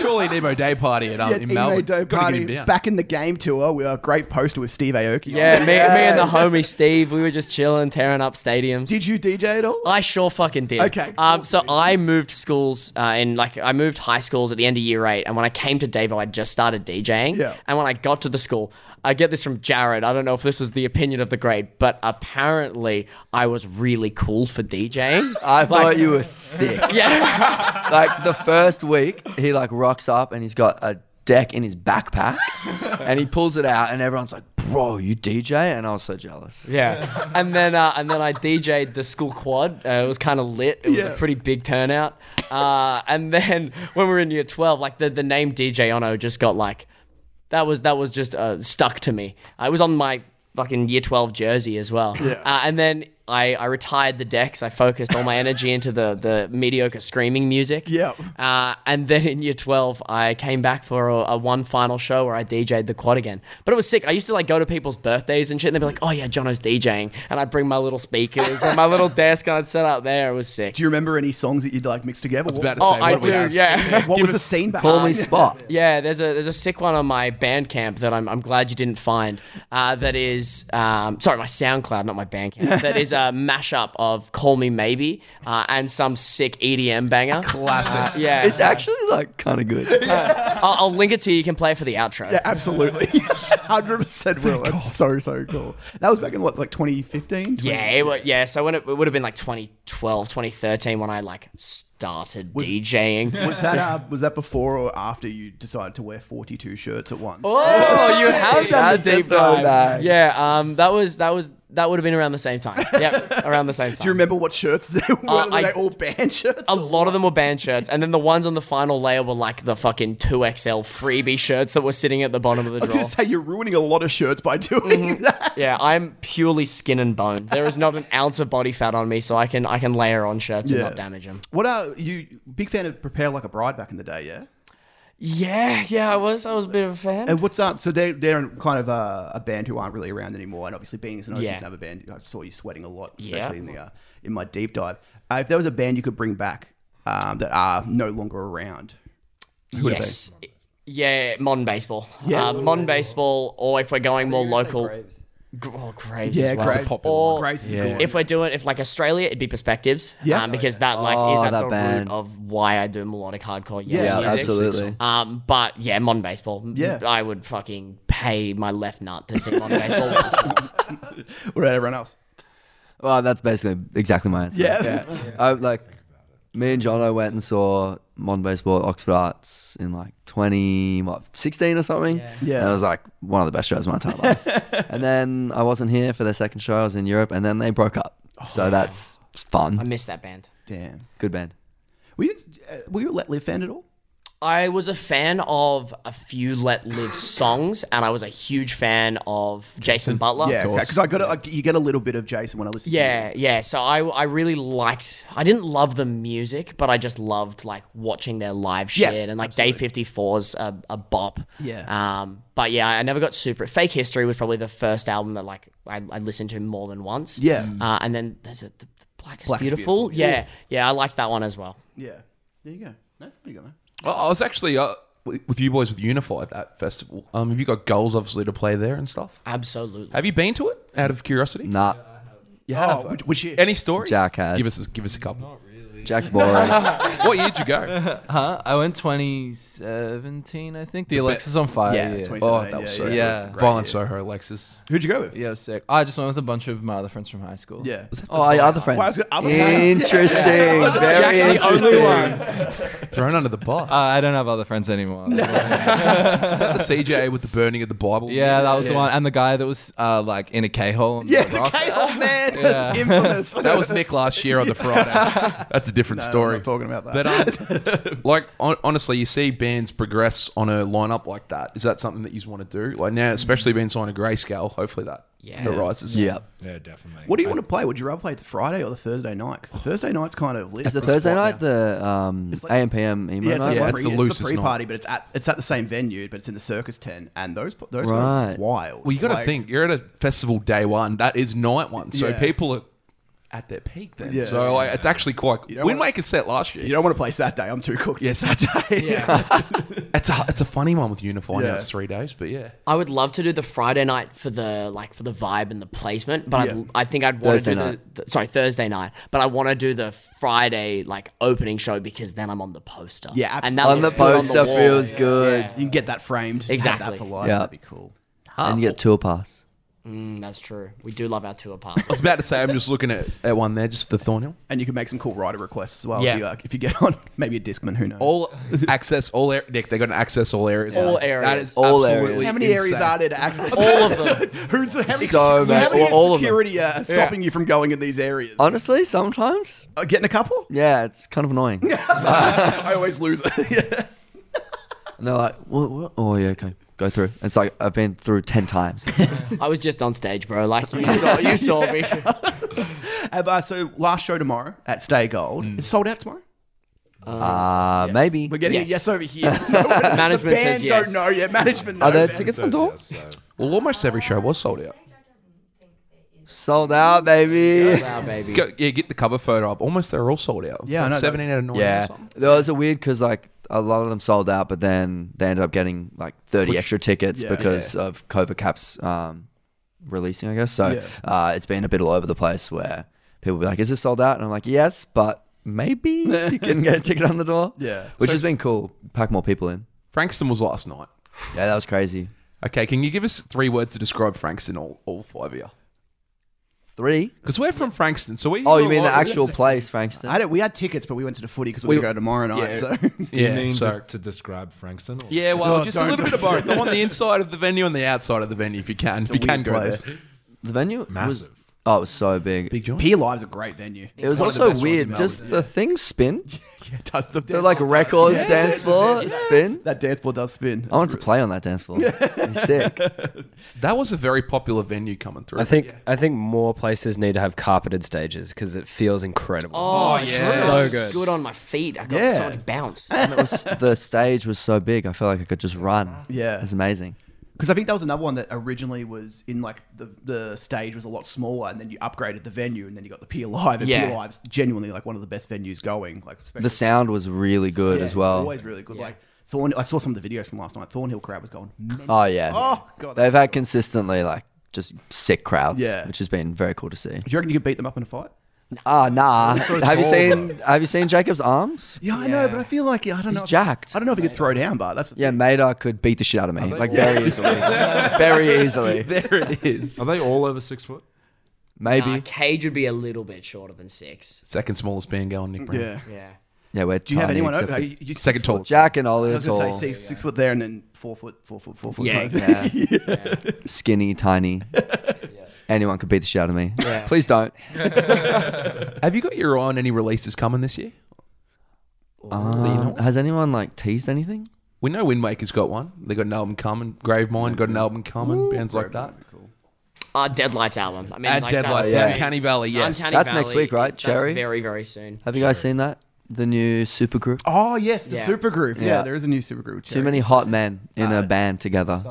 Speaker 2: Surely an emo day party at, um,
Speaker 1: Yeah,
Speaker 2: in
Speaker 1: Emo
Speaker 2: Melbourne.
Speaker 1: Doe
Speaker 2: Gotta
Speaker 1: Party,
Speaker 2: get him down.
Speaker 1: back in the game tour? We are a great poster with Steve Aoki. on
Speaker 3: Yeah,
Speaker 1: it.
Speaker 3: me, me and the homie Steve, we were just chilling, tearing up stadiums.
Speaker 1: Did you DJ at all?
Speaker 3: I sure fucking did.
Speaker 1: Okay,
Speaker 3: Um,
Speaker 1: cool.
Speaker 3: so I moved schools, uh, and like I moved high schools at the end of year eight. And when I came to Davo, I just started DJing.
Speaker 1: Yeah.
Speaker 3: And when I got to the school, I get this from Jared. I don't know if this was the opinion of the grade, but apparently I was really cool for DJing.
Speaker 5: I thought you were sick.
Speaker 3: yeah.
Speaker 5: Like the first week, he like rocks up and he's got a deck in his backpack,
Speaker 1: *laughs*
Speaker 5: and he pulls it out, and everyone's like, "Bro, you DJ?" And I was so *laughs* jealous.
Speaker 3: Yeah. And then uh, and then I DJ'd the school quad. Uh, it was kind of lit. It was
Speaker 1: Yeah.
Speaker 3: a pretty big turnout. *laughs* Uh, and then when we were in year 12, like the, the name DJ Ono just got like That was that was just uh, stuck to me. I was on my fucking year 12 jersey as well. Uh, and then I, I retired the decks. I focused all my energy into the, the mediocre screaming music.
Speaker 1: Yep.
Speaker 3: Uh, and then in year 12, I came back for a, a one final show where I DJ'd the quad again. But it was sick. I used to like go to people's birthdays and shit and they'd be like, oh yeah, Jono's DJing. And I'd bring my little speakers and my little desk and I'd set up there. It was sick.
Speaker 1: Do you remember any songs that you'd like mixed together? What-
Speaker 2: about to
Speaker 3: Oh,
Speaker 2: say,
Speaker 3: I
Speaker 2: what do we
Speaker 3: do,
Speaker 2: have?
Speaker 3: yeah.
Speaker 1: What was the scene back
Speaker 5: Call
Speaker 1: then?
Speaker 5: me Spot.
Speaker 3: Yeah, there's a there's a sick one on my Bandcamp that I'm, I'm glad you didn't find. Uh, that is, um, sorry, my SoundCloud, not my Bandcamp. that is a mashup of "Call Me Maybe" uh, and some sick EDM banger.
Speaker 2: Classic.
Speaker 3: Uh, yeah,
Speaker 5: It's actually like
Speaker 1: *laughs*
Speaker 5: kind of good.
Speaker 3: I'll, I'll link it to you. You can play it for the outro.
Speaker 1: Yeah,
Speaker 3: *laughs*
Speaker 1: absolutely. 100% will. That's so, so cool. That was back in what, like 2015?
Speaker 3: Yeah, it wa- yeah. So when it, it would have been like 2012, 2013 when I like
Speaker 1: *laughs*
Speaker 3: started DJing.
Speaker 1: Was that, uh, was that before or after you decided to wear 42 shirts at once?
Speaker 3: *laughs* Oh, you have done
Speaker 5: That's
Speaker 3: the
Speaker 5: a
Speaker 3: deep dive.
Speaker 5: throwback.
Speaker 3: Yeah, um, that was that was that would have been around the same time.
Speaker 1: *laughs*
Speaker 3: Yep, around the same time.
Speaker 1: Do you remember what shirts they *laughs* were?
Speaker 3: Uh,
Speaker 1: were
Speaker 3: I-
Speaker 1: they all band shirts?
Speaker 3: A lot of them were band shirts, and then the ones on the final layer were like the fucking two XL freebie shirts that were sitting at the bottom of the
Speaker 1: I was going
Speaker 3: drawer.
Speaker 1: to say, you're ruining a lot of shirts by doing
Speaker 3: Mm-hmm.
Speaker 1: that.
Speaker 3: yeah, I'm purely skin and bone. There is not an ounce of body fat on me, so I can I can layer on shirts and
Speaker 1: Yeah.
Speaker 3: not damage them.
Speaker 1: What are you, big fan of Prepare Like a Bride back in the day, yeah?
Speaker 3: Yeah, yeah, I was I was a bit of a fan.
Speaker 1: And what's up? So they, they're kind of uh, a band who aren't really around anymore. And obviously, being as an Ocean's
Speaker 3: Yeah.
Speaker 1: another band, I saw you sweating a lot,
Speaker 3: Yeah.
Speaker 1: especially in, the, uh, in my deep dive. Uh, if there was a band you could bring back um, that are no longer around, would it be?
Speaker 3: yes. Yeah, modern baseball. Yeah, uh, modern baseball, or if we're going more local, Gr- oh, Graves.
Speaker 1: Yeah,
Speaker 3: as well.
Speaker 1: Graves. That's a
Speaker 2: popular
Speaker 3: Or-
Speaker 1: Grace is good.
Speaker 3: If we're doing, if like Australia, it'd be Perspectives,
Speaker 1: Yeah.
Speaker 3: um, because that like is
Speaker 5: Oh,
Speaker 3: at
Speaker 5: that
Speaker 3: the
Speaker 5: band.
Speaker 3: root of why I do melodic hardcore.
Speaker 1: Yeah,
Speaker 5: yeah,
Speaker 3: music.
Speaker 5: absolutely.
Speaker 3: Um, but yeah, modern baseball.
Speaker 1: Yeah.
Speaker 3: I would fucking pay my left nut to see modern baseball. *laughs* once.
Speaker 1: What about everyone else?
Speaker 5: Well, that's basically exactly my answer.
Speaker 1: Yeah.
Speaker 5: I, like me and John, I went and saw modern baseball at Oxford Arts in like twenty what sixteen or something. Yeah,
Speaker 1: Yeah.
Speaker 5: And it was like one of the best shows of my entire
Speaker 1: *laughs*
Speaker 5: life. and then I wasn't here for their second show. I was in Europe, and then they broke up.
Speaker 1: Oh.
Speaker 5: So that's
Speaker 3: I
Speaker 5: fun.
Speaker 3: miss that band.
Speaker 1: Damn.
Speaker 5: Good band.
Speaker 1: Were you, uh, were you a Let Live fan at all?
Speaker 3: I was a fan of a few Let Live songs, and I was a huge fan of Jason Butler.
Speaker 1: Yeah, because I got a, like, you get a little bit of Jason when I listen. to
Speaker 3: Yeah, yeah. So I, I really liked. I didn't love the music, but I just loved like watching their live shit
Speaker 1: Yeah,
Speaker 3: and like Day 54's a, a bop.
Speaker 1: Yeah.
Speaker 3: Um. But yeah, I never got super. Fake History was probably the first album that like I, I listened to more than once.
Speaker 1: Yeah.
Speaker 3: Uh, and then there's a the, the Black is
Speaker 1: Black is
Speaker 3: beautiful.
Speaker 1: Beautiful,
Speaker 3: Yeah. yeah, I liked that one as well.
Speaker 1: you. yeah. There you go. No, there you go, man.
Speaker 2: I I was actually uh, with you boys with Unify at that festival. Um, have you got goals, obviously, to play there and stuff?
Speaker 3: Absolutely.
Speaker 2: Have you been to it? Out of curiosity,
Speaker 5: Nah,
Speaker 2: you
Speaker 1: Oh, would, would you?
Speaker 2: Any stories?
Speaker 5: Jack has.
Speaker 2: Give us a, give us a couple.
Speaker 1: *laughs*
Speaker 5: Jack's boring.
Speaker 2: what year did you go?
Speaker 9: *laughs* Huh? I went 2017, I think. The Alexis on Fire.
Speaker 1: yeah,
Speaker 9: Yeah. Yeah,
Speaker 1: 2017,
Speaker 2: Oh, that was so
Speaker 9: Yeah.
Speaker 2: good. Violent Soho, Alexis.
Speaker 1: Who'd you go with? Yeah.
Speaker 9: it was sick. I just went with a bunch of my other friends from high school.
Speaker 5: oh, your other friends.
Speaker 1: Well, I was gonna- other friends,
Speaker 5: interesting. Very
Speaker 3: Jack's the
Speaker 5: interesting.
Speaker 3: only one.
Speaker 2: Thrown under the bus.
Speaker 9: Uh, I don't have other friends anymore.
Speaker 5: *laughs*
Speaker 2: Is that the CJ with the burning of the Bible?
Speaker 9: yeah, that was the one. And the guy that was uh, like in a K hole.
Speaker 1: *laughs* Yeah, the K-hole man,
Speaker 9: Yeah.
Speaker 1: *laughs* infamous.
Speaker 2: That was Nick last year on
Speaker 1: *laughs*
Speaker 2: the Friday. That's a different
Speaker 1: We're
Speaker 2: story.
Speaker 1: not talking about that.
Speaker 2: But
Speaker 1: *laughs*
Speaker 2: um, like hon- honestly, you see bands progress on a lineup like that. Is that something that you want to do? Like now, especially being signed to Grayscale, hopefully that
Speaker 3: Yeah.
Speaker 2: that rises.
Speaker 5: Yeah.
Speaker 6: Yeah, definitely.
Speaker 1: what do you want to play? Would you rather play the Friday or the Thursday night? Because the Thursday night's kind of lit.
Speaker 5: Is the Thursday night the um,
Speaker 1: It's like-
Speaker 5: AMPM emo
Speaker 1: Yeah, it's,
Speaker 5: night?
Speaker 1: like
Speaker 2: Yeah,
Speaker 1: a
Speaker 2: it's
Speaker 1: pre,
Speaker 2: the
Speaker 1: it's
Speaker 2: loosest
Speaker 1: a pre-party, but it's at it's at the same venue, but it's in the circus tent, and those those are
Speaker 5: Right.
Speaker 1: wild.
Speaker 2: Well, you got to
Speaker 1: Like,
Speaker 2: think you're at a festival day one. That is night one, so
Speaker 1: Yeah.
Speaker 2: people are at their peak then.
Speaker 1: Yeah.
Speaker 2: so like, it's actually quite.
Speaker 1: don't
Speaker 2: We
Speaker 1: wanna-
Speaker 2: make a set last year.
Speaker 1: You don't want to play Saturday. I'm too cooked.
Speaker 2: Yeah,
Speaker 1: Saturday.
Speaker 2: *laughs* it's a it's a funny one with uniform.
Speaker 1: Yeah.
Speaker 2: Yeah. It's three days, but yeah.
Speaker 3: I would love to do the Friday night for the like for the vibe and the placement, but
Speaker 1: Yeah.
Speaker 3: I'd, I think I'd want to
Speaker 5: Thursday
Speaker 3: do the,
Speaker 5: night.
Speaker 3: the sorry Thursday night, but I want to do the Friday like opening show because then I'm on the poster.
Speaker 1: Yeah, absolutely.
Speaker 3: and that
Speaker 5: On the
Speaker 3: looks good
Speaker 5: poster
Speaker 3: on the wall.
Speaker 5: feels good.
Speaker 1: You can get that framed. have
Speaker 3: Exactly.
Speaker 1: that for life.
Speaker 5: Yeah.
Speaker 1: That'd be cool.
Speaker 5: And you get tour pass.
Speaker 3: Mm, that's true. We do love our tour passes.
Speaker 2: I *laughs* was about to say I'm just looking at, at one there, just for Thornhill.
Speaker 1: And you can make some cool writer requests as well.
Speaker 3: Yeah.
Speaker 1: If, you, uh, if you get *laughs* on, maybe a Discman, who knows?
Speaker 2: All access all air Nick, they got an access all areas.
Speaker 3: All
Speaker 2: That
Speaker 3: areas.
Speaker 2: is
Speaker 5: All
Speaker 2: absolutely
Speaker 5: areas.
Speaker 1: how many areas
Speaker 2: insane.
Speaker 1: are there to access?
Speaker 3: All of them.
Speaker 1: *laughs* Who's how many,
Speaker 5: So many.
Speaker 1: how many
Speaker 5: Well, all of them. Uh,
Speaker 1: security uh, stopping you from going in these areas?
Speaker 5: Honestly, sometimes,
Speaker 1: Uh, getting a couple?
Speaker 5: yeah, it's kind of annoying.
Speaker 1: I always lose it. *laughs* yeah.
Speaker 5: And they're like, what, what? Oh, yeah, okay. go through. It's like I've been through
Speaker 1: *laughs*
Speaker 5: ten times.
Speaker 3: I was just on stage, bro. Like you saw, you saw me.
Speaker 1: Have, uh, so last show tomorrow at Stay Gold. It's sold out tomorrow.
Speaker 5: Uh, maybe.
Speaker 1: We're getting a yes over here. No, the
Speaker 3: Management
Speaker 1: band
Speaker 3: says
Speaker 1: don't
Speaker 3: yes.
Speaker 1: know yet. Management.
Speaker 5: Are
Speaker 1: know.
Speaker 5: there
Speaker 1: Ben.
Speaker 5: tickets
Speaker 6: So
Speaker 5: on door?
Speaker 2: *laughs*
Speaker 6: it's yes, so-
Speaker 2: Well, almost every show was sold out.
Speaker 5: Sold out, baby. *laughs*
Speaker 3: Wow, baby.
Speaker 2: Go, yeah, get the cover photo up. Almost they're all sold out. It's
Speaker 1: Yeah, I
Speaker 2: like
Speaker 1: know that.
Speaker 2: seventeen out of nine.
Speaker 5: Yeah,
Speaker 2: or something.
Speaker 5: there was a weird because like a lot of them sold out, but then they ended up getting like thirty extra tickets
Speaker 1: Yeah.
Speaker 5: because of COVID caps um, releasing, I guess. So
Speaker 1: Yeah.
Speaker 5: uh, it's been a bit all over the place where people be like, "Is this sold out?" And I'm like, "Yes, but maybe you can get a ticket on the door."
Speaker 1: *laughs* Yeah.
Speaker 5: which has been cool. Pack more people in.
Speaker 2: Frankston was last night.
Speaker 5: Yeah, that was crazy.
Speaker 2: Okay, can you give us three words to describe Frankston? All, all five of you.
Speaker 5: Three.
Speaker 2: Because we're from Frankston, so we.
Speaker 5: Oh, you mean the actual place, Frankston?
Speaker 1: I don't, we had tickets, but we went to the footy because we, we go tomorrow night. So *laughs*
Speaker 2: Yeah.
Speaker 6: You mean
Speaker 2: so.
Speaker 6: to, to describe Frankston? or-
Speaker 2: Yeah, well,
Speaker 1: Oh,
Speaker 2: just a
Speaker 1: don't-
Speaker 2: little bit of both. I'm on the inside of the venue and the outside of the venue, if you can. If you can
Speaker 1: weird
Speaker 2: go
Speaker 1: place.
Speaker 2: there.
Speaker 5: the venue was.
Speaker 6: Massive.
Speaker 5: Oh, it was so big.
Speaker 2: Big joint.
Speaker 1: P Live's a great venue.
Speaker 5: It was
Speaker 2: one of the
Speaker 5: also
Speaker 2: best ones in
Speaker 5: weird. Just the thing spin.
Speaker 1: It does the
Speaker 5: The like record dance floor spin.
Speaker 1: that dance floor does spin.
Speaker 5: I wanted to play on that dance floor. It'd be sick.
Speaker 2: That was a very popular venue coming through.
Speaker 7: I think I think more places need to have carpeted stages because it feels incredible.
Speaker 3: Oh, yeah,
Speaker 7: So good.
Speaker 3: Good on my feet. I got
Speaker 1: Yeah.
Speaker 3: so much bounce.
Speaker 5: And it was the stage was so big. I felt like I could just run.
Speaker 1: Yeah.
Speaker 5: it was amazing.
Speaker 1: Because I think that was another one that originally was in like the the stage was a lot smaller, and then you upgraded the venue, and then you got the P Live, and
Speaker 3: Yeah.
Speaker 1: P Live's genuinely like one of the best venues going. Like especially
Speaker 5: The sound was really good
Speaker 1: Yeah,
Speaker 5: as
Speaker 1: it's
Speaker 5: well.
Speaker 1: always really good. Like Thorn, I saw some of the videos from last night. Thornhill crowd was going. mental.
Speaker 5: oh yeah,
Speaker 1: Oh god,
Speaker 5: they've had consistently like just sick crowds.
Speaker 1: Yeah.
Speaker 5: which has been very cool to see.
Speaker 1: Do you reckon you could beat them up in a fight?
Speaker 5: Ah, nah. have you seen Have you seen Jacob's arms?
Speaker 1: Yeah, I know, but I feel like I don't know.
Speaker 5: He's jacked.
Speaker 1: I don't know if he could throw down, but that's
Speaker 5: Yeah, Maida could beat the shit out of me like very easily, *laughs* very easily.
Speaker 2: there it is.
Speaker 6: Are they all over six foot?
Speaker 5: Maybe.
Speaker 3: Uh, cage would be a little bit shorter than six.
Speaker 2: Second smallest band going, Nick Brown.
Speaker 1: Yeah.
Speaker 3: Yeah.
Speaker 5: yeah, we're
Speaker 1: Do you have anyone?
Speaker 5: over?
Speaker 1: Over? You, you-
Speaker 2: Second tallest.
Speaker 5: Jack and Ollie
Speaker 1: I
Speaker 5: are
Speaker 1: was gonna
Speaker 5: tall,
Speaker 1: say six, six foot there, and then four foot, four foot, four foot.
Speaker 3: Yeah,
Speaker 1: kind of thing.
Speaker 5: skinny, tiny. Anyone could beat the shit out of me. *laughs* Please don't.
Speaker 2: Have you got your eye on any releases coming this year?
Speaker 5: Um, has anyone like teased anything?
Speaker 2: We know Windmaker's got one. They got an album coming. Gravemind got an album coming. bands like that.
Speaker 3: Uh, Deadlights album. I mean,
Speaker 2: Add
Speaker 3: like,
Speaker 2: Deadlights.
Speaker 3: that's very-
Speaker 2: Uncanny Valley. Yes.
Speaker 3: Uncanny
Speaker 5: That's next week, right?
Speaker 3: that's
Speaker 5: Cherry?
Speaker 3: very, very soon.
Speaker 5: Have you guys seen that? The new
Speaker 1: *laughs*
Speaker 5: supergroup.
Speaker 1: Oh yes, the
Speaker 3: Yeah.
Speaker 1: super group. Yeah.
Speaker 5: Yeah.
Speaker 1: there is a new super group.
Speaker 5: Too many hot men in a band together.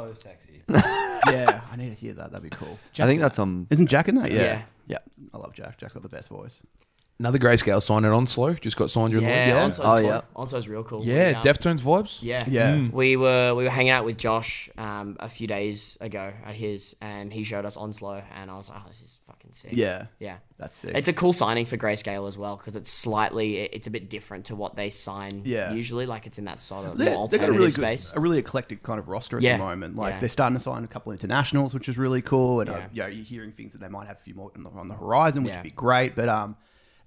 Speaker 1: yeah, I need to hear that. That'd be cool.
Speaker 5: I think
Speaker 1: *laughs*
Speaker 5: that's on.
Speaker 1: Isn't Jack in that? Yeah.
Speaker 3: Yeah.
Speaker 5: Yeah.
Speaker 1: I love Jack. Jack's got the best voice.
Speaker 2: Another Grayscale sign it on slow. Just got signed during
Speaker 3: Yeah,
Speaker 2: the week.
Speaker 3: Onso's
Speaker 5: Oh,
Speaker 3: cool.
Speaker 5: yeah.
Speaker 3: Onso's real cool.
Speaker 2: Yeah,
Speaker 3: We, um,
Speaker 2: Deftones vibes.
Speaker 3: Yeah.
Speaker 1: Yeah. Mm.
Speaker 3: We were we were hanging out with Josh um, a few days ago at his, and he showed us Onslow, and I was like, oh, this is fucking sick.
Speaker 1: Yeah.
Speaker 3: Yeah.
Speaker 1: That's sick.
Speaker 3: It's a cool signing for Grayscale as well because it's slightly, it- it's a bit different to what they sign
Speaker 1: Yeah.
Speaker 3: usually. Like it's in that sort of
Speaker 1: They-
Speaker 3: more
Speaker 1: they've got a
Speaker 3: alternative
Speaker 1: really
Speaker 3: space.
Speaker 1: good, a really eclectic kind of roster at
Speaker 3: Yeah.
Speaker 1: the moment. Like
Speaker 3: Yeah.
Speaker 1: they're starting to sign a couple of internationals, which is really cool. And uh,
Speaker 3: Yeah.
Speaker 1: you know, you're hearing things that they might have a few more on the, on the horizon, which
Speaker 3: Yeah.
Speaker 1: would be great. But um,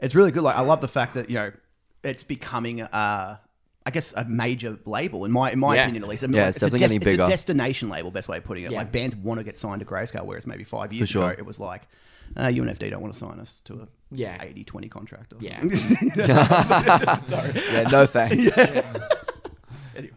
Speaker 1: it's really good. Like I love the fact that you know it's becoming uh, I guess a major label in my in my
Speaker 3: Yeah.
Speaker 1: opinion at least. I mean,
Speaker 5: Yeah,
Speaker 1: like,
Speaker 5: it's
Speaker 1: a
Speaker 5: definitely getting
Speaker 1: It's
Speaker 5: bigger.
Speaker 1: a destination label, best way of putting it.
Speaker 3: Yeah.
Speaker 1: Like bands want to get signed to Grayscale, whereas maybe five years
Speaker 5: sure.
Speaker 1: ago it was like uh, UNFD don't want to sign us to a
Speaker 3: Yeah.
Speaker 1: 80-20 contract. Or
Speaker 3: Yeah.
Speaker 1: something. *laughs*
Speaker 5: Yeah. No thanks. *laughs*
Speaker 1: anyway,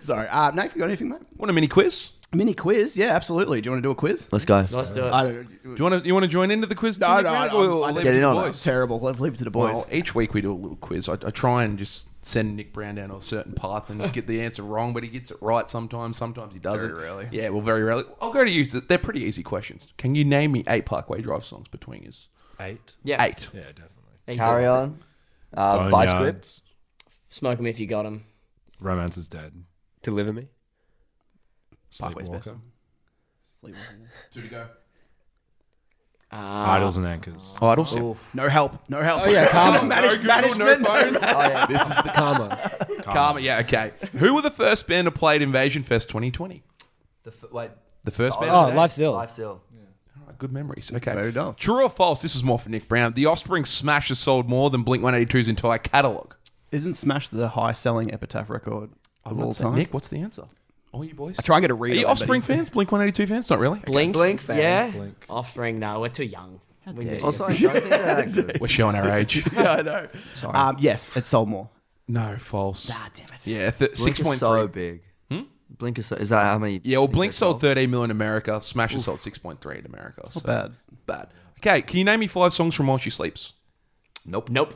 Speaker 1: sorry. Uh, Nate, you got anything, mate?
Speaker 2: Want a mini quiz?
Speaker 1: Mini quiz? Yeah, absolutely. Do you want to do a quiz?
Speaker 5: Let's go.
Speaker 3: Let's do it.
Speaker 1: I don't.
Speaker 2: Do you want to you want to join into the quiz?
Speaker 1: No,
Speaker 2: too, Nick
Speaker 1: no,
Speaker 2: Brown?
Speaker 1: I'm-
Speaker 2: Or we'll
Speaker 1: I'm
Speaker 2: leave it
Speaker 5: getting
Speaker 2: to
Speaker 5: on
Speaker 2: the
Speaker 5: it.
Speaker 2: boys?
Speaker 1: Terrible. Let's leave it to the boys.
Speaker 2: Well, each week we do a little quiz. I, I try and just send Nick Brown down a certain path and get the answer wrong, but he gets it right sometimes. Sometimes he doesn't.
Speaker 1: Very rarely.
Speaker 2: Yeah, well, very rarely. I'll go to you. so They're pretty easy questions. Can you name me eight Parkway Drive songs between us?
Speaker 6: Eight.
Speaker 3: yeah.
Speaker 2: Eight.
Speaker 6: Yeah, definitely.
Speaker 3: Easy.
Speaker 5: Carry on. Uh, vice
Speaker 6: *laughs*
Speaker 5: grip.
Speaker 6: Boneyards,
Speaker 3: Smoke 'em if you got 'em.
Speaker 6: Romance is dead.
Speaker 7: Deliver me.
Speaker 1: Parkway's best.
Speaker 6: Sleepwalker.
Speaker 2: Two to go.
Speaker 3: Uh,
Speaker 6: Idols and anchors.
Speaker 2: Oh, I'd also.
Speaker 1: No help. No help.
Speaker 7: Oh
Speaker 2: *laughs*
Speaker 7: yeah, karma.
Speaker 1: Manage- management.
Speaker 5: Oh,
Speaker 7: This is the karma.
Speaker 2: Karma. Yeah. Okay. Who were the first band to play at Invasion Fest 2020?
Speaker 5: The f- wait.
Speaker 2: The first band.
Speaker 7: Oh,
Speaker 2: to play?
Speaker 7: life's ill.
Speaker 5: Life Seal.
Speaker 2: Alright, Good memories. Okay.
Speaker 1: Very dumb.
Speaker 2: True or false? This is more for Nick Brown. The Offspring Smash has sold more than Blink 182's entire catalogue.
Speaker 1: Isn't Smash the high selling Epitaph record of all time?
Speaker 2: Nick, what's the answer? All you boys.
Speaker 1: I try and get a
Speaker 2: Are
Speaker 1: read. on
Speaker 2: you
Speaker 1: it, but
Speaker 2: Offspring
Speaker 1: he's-
Speaker 2: fans? Blink 182 fans? Not really.
Speaker 3: Blink.
Speaker 5: Blink fans.
Speaker 3: Yeah.
Speaker 6: Blink.
Speaker 3: Offspring. No, we're too young. We missed it.
Speaker 5: Also, I Oh, don't think they're that good.
Speaker 2: We're showing our age. *laughs*
Speaker 1: Yeah, I know. Um, yes, it sold more.
Speaker 3: Ah,
Speaker 2: no, false. God damn it. Yeah, th-
Speaker 5: Blink is
Speaker 2: 6.3.
Speaker 5: so big. Blink is, is that how many?
Speaker 2: Yeah, well, Blink sold 13 million in America. Smasher sold 6.3 in America. so
Speaker 1: Bad.
Speaker 2: bad. Okay, can you name me five songs from While She Sleeps?
Speaker 5: Nope.
Speaker 3: Nope.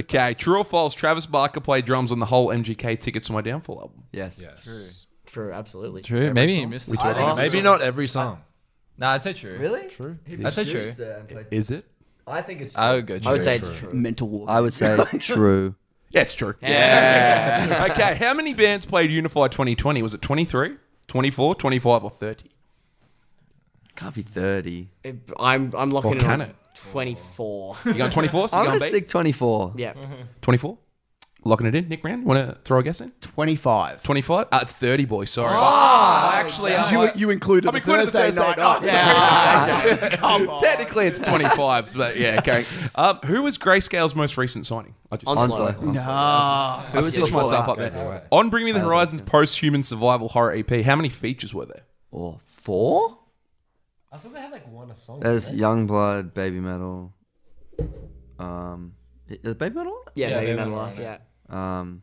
Speaker 2: Okay, true or false? Travis Barker played drums on the whole MGK Tickets to My Downfall album.
Speaker 5: Yes.
Speaker 6: Yes.
Speaker 3: True. Absolutely.
Speaker 9: True. Maybe you missed it.
Speaker 6: Maybe not every song.
Speaker 9: Nah, I'd say true.
Speaker 5: Really?
Speaker 6: True.
Speaker 9: I'd say true.
Speaker 2: Is it?
Speaker 5: I think it's.
Speaker 9: I would go true.
Speaker 3: I would say it's true.
Speaker 1: Mental war.
Speaker 5: I would say *laughs* true.
Speaker 2: Yeah, it's true. Yeah. okay, how many bands played Unify 2020? Was it 23, 24, 25, or 30?
Speaker 5: Can't be thirty.
Speaker 3: It- I'm I'm locking
Speaker 2: Or
Speaker 3: in
Speaker 2: can
Speaker 3: on
Speaker 2: it?
Speaker 3: *laughs* 24.
Speaker 2: You going 24? So
Speaker 5: I'm
Speaker 2: you going
Speaker 5: gonna
Speaker 2: B?
Speaker 5: stick
Speaker 3: *laughs*
Speaker 5: twenty-four.
Speaker 3: yeah.
Speaker 2: 24? Locking it in. Nick Brown, you want to throw a guess in?
Speaker 1: 25.
Speaker 2: 25? Ah, it's 30, boy. Sorry. I actually, I,
Speaker 1: You, you included,
Speaker 2: I'm
Speaker 1: the,
Speaker 2: including the
Speaker 1: Thursday
Speaker 2: Thursday
Speaker 1: night.
Speaker 2: night.
Speaker 1: Oh,
Speaker 2: technically it's 25s, but yeah, okay. Um, who was Grayscale's most recent signing? I just
Speaker 5: Onslow.
Speaker 2: I stitched myself up there. On Bring Me the Horizon's post human survival horror EP, how many features were there?
Speaker 5: Or four?
Speaker 6: I thought they had like one a song.
Speaker 5: There's Youngblood, Baby Metal. Um, is it Baby Metal?
Speaker 3: Yeah.
Speaker 6: they
Speaker 3: Baby
Speaker 6: went
Speaker 3: Metal
Speaker 6: on
Speaker 3: Life.
Speaker 6: it.
Speaker 3: Yeah.
Speaker 5: Um,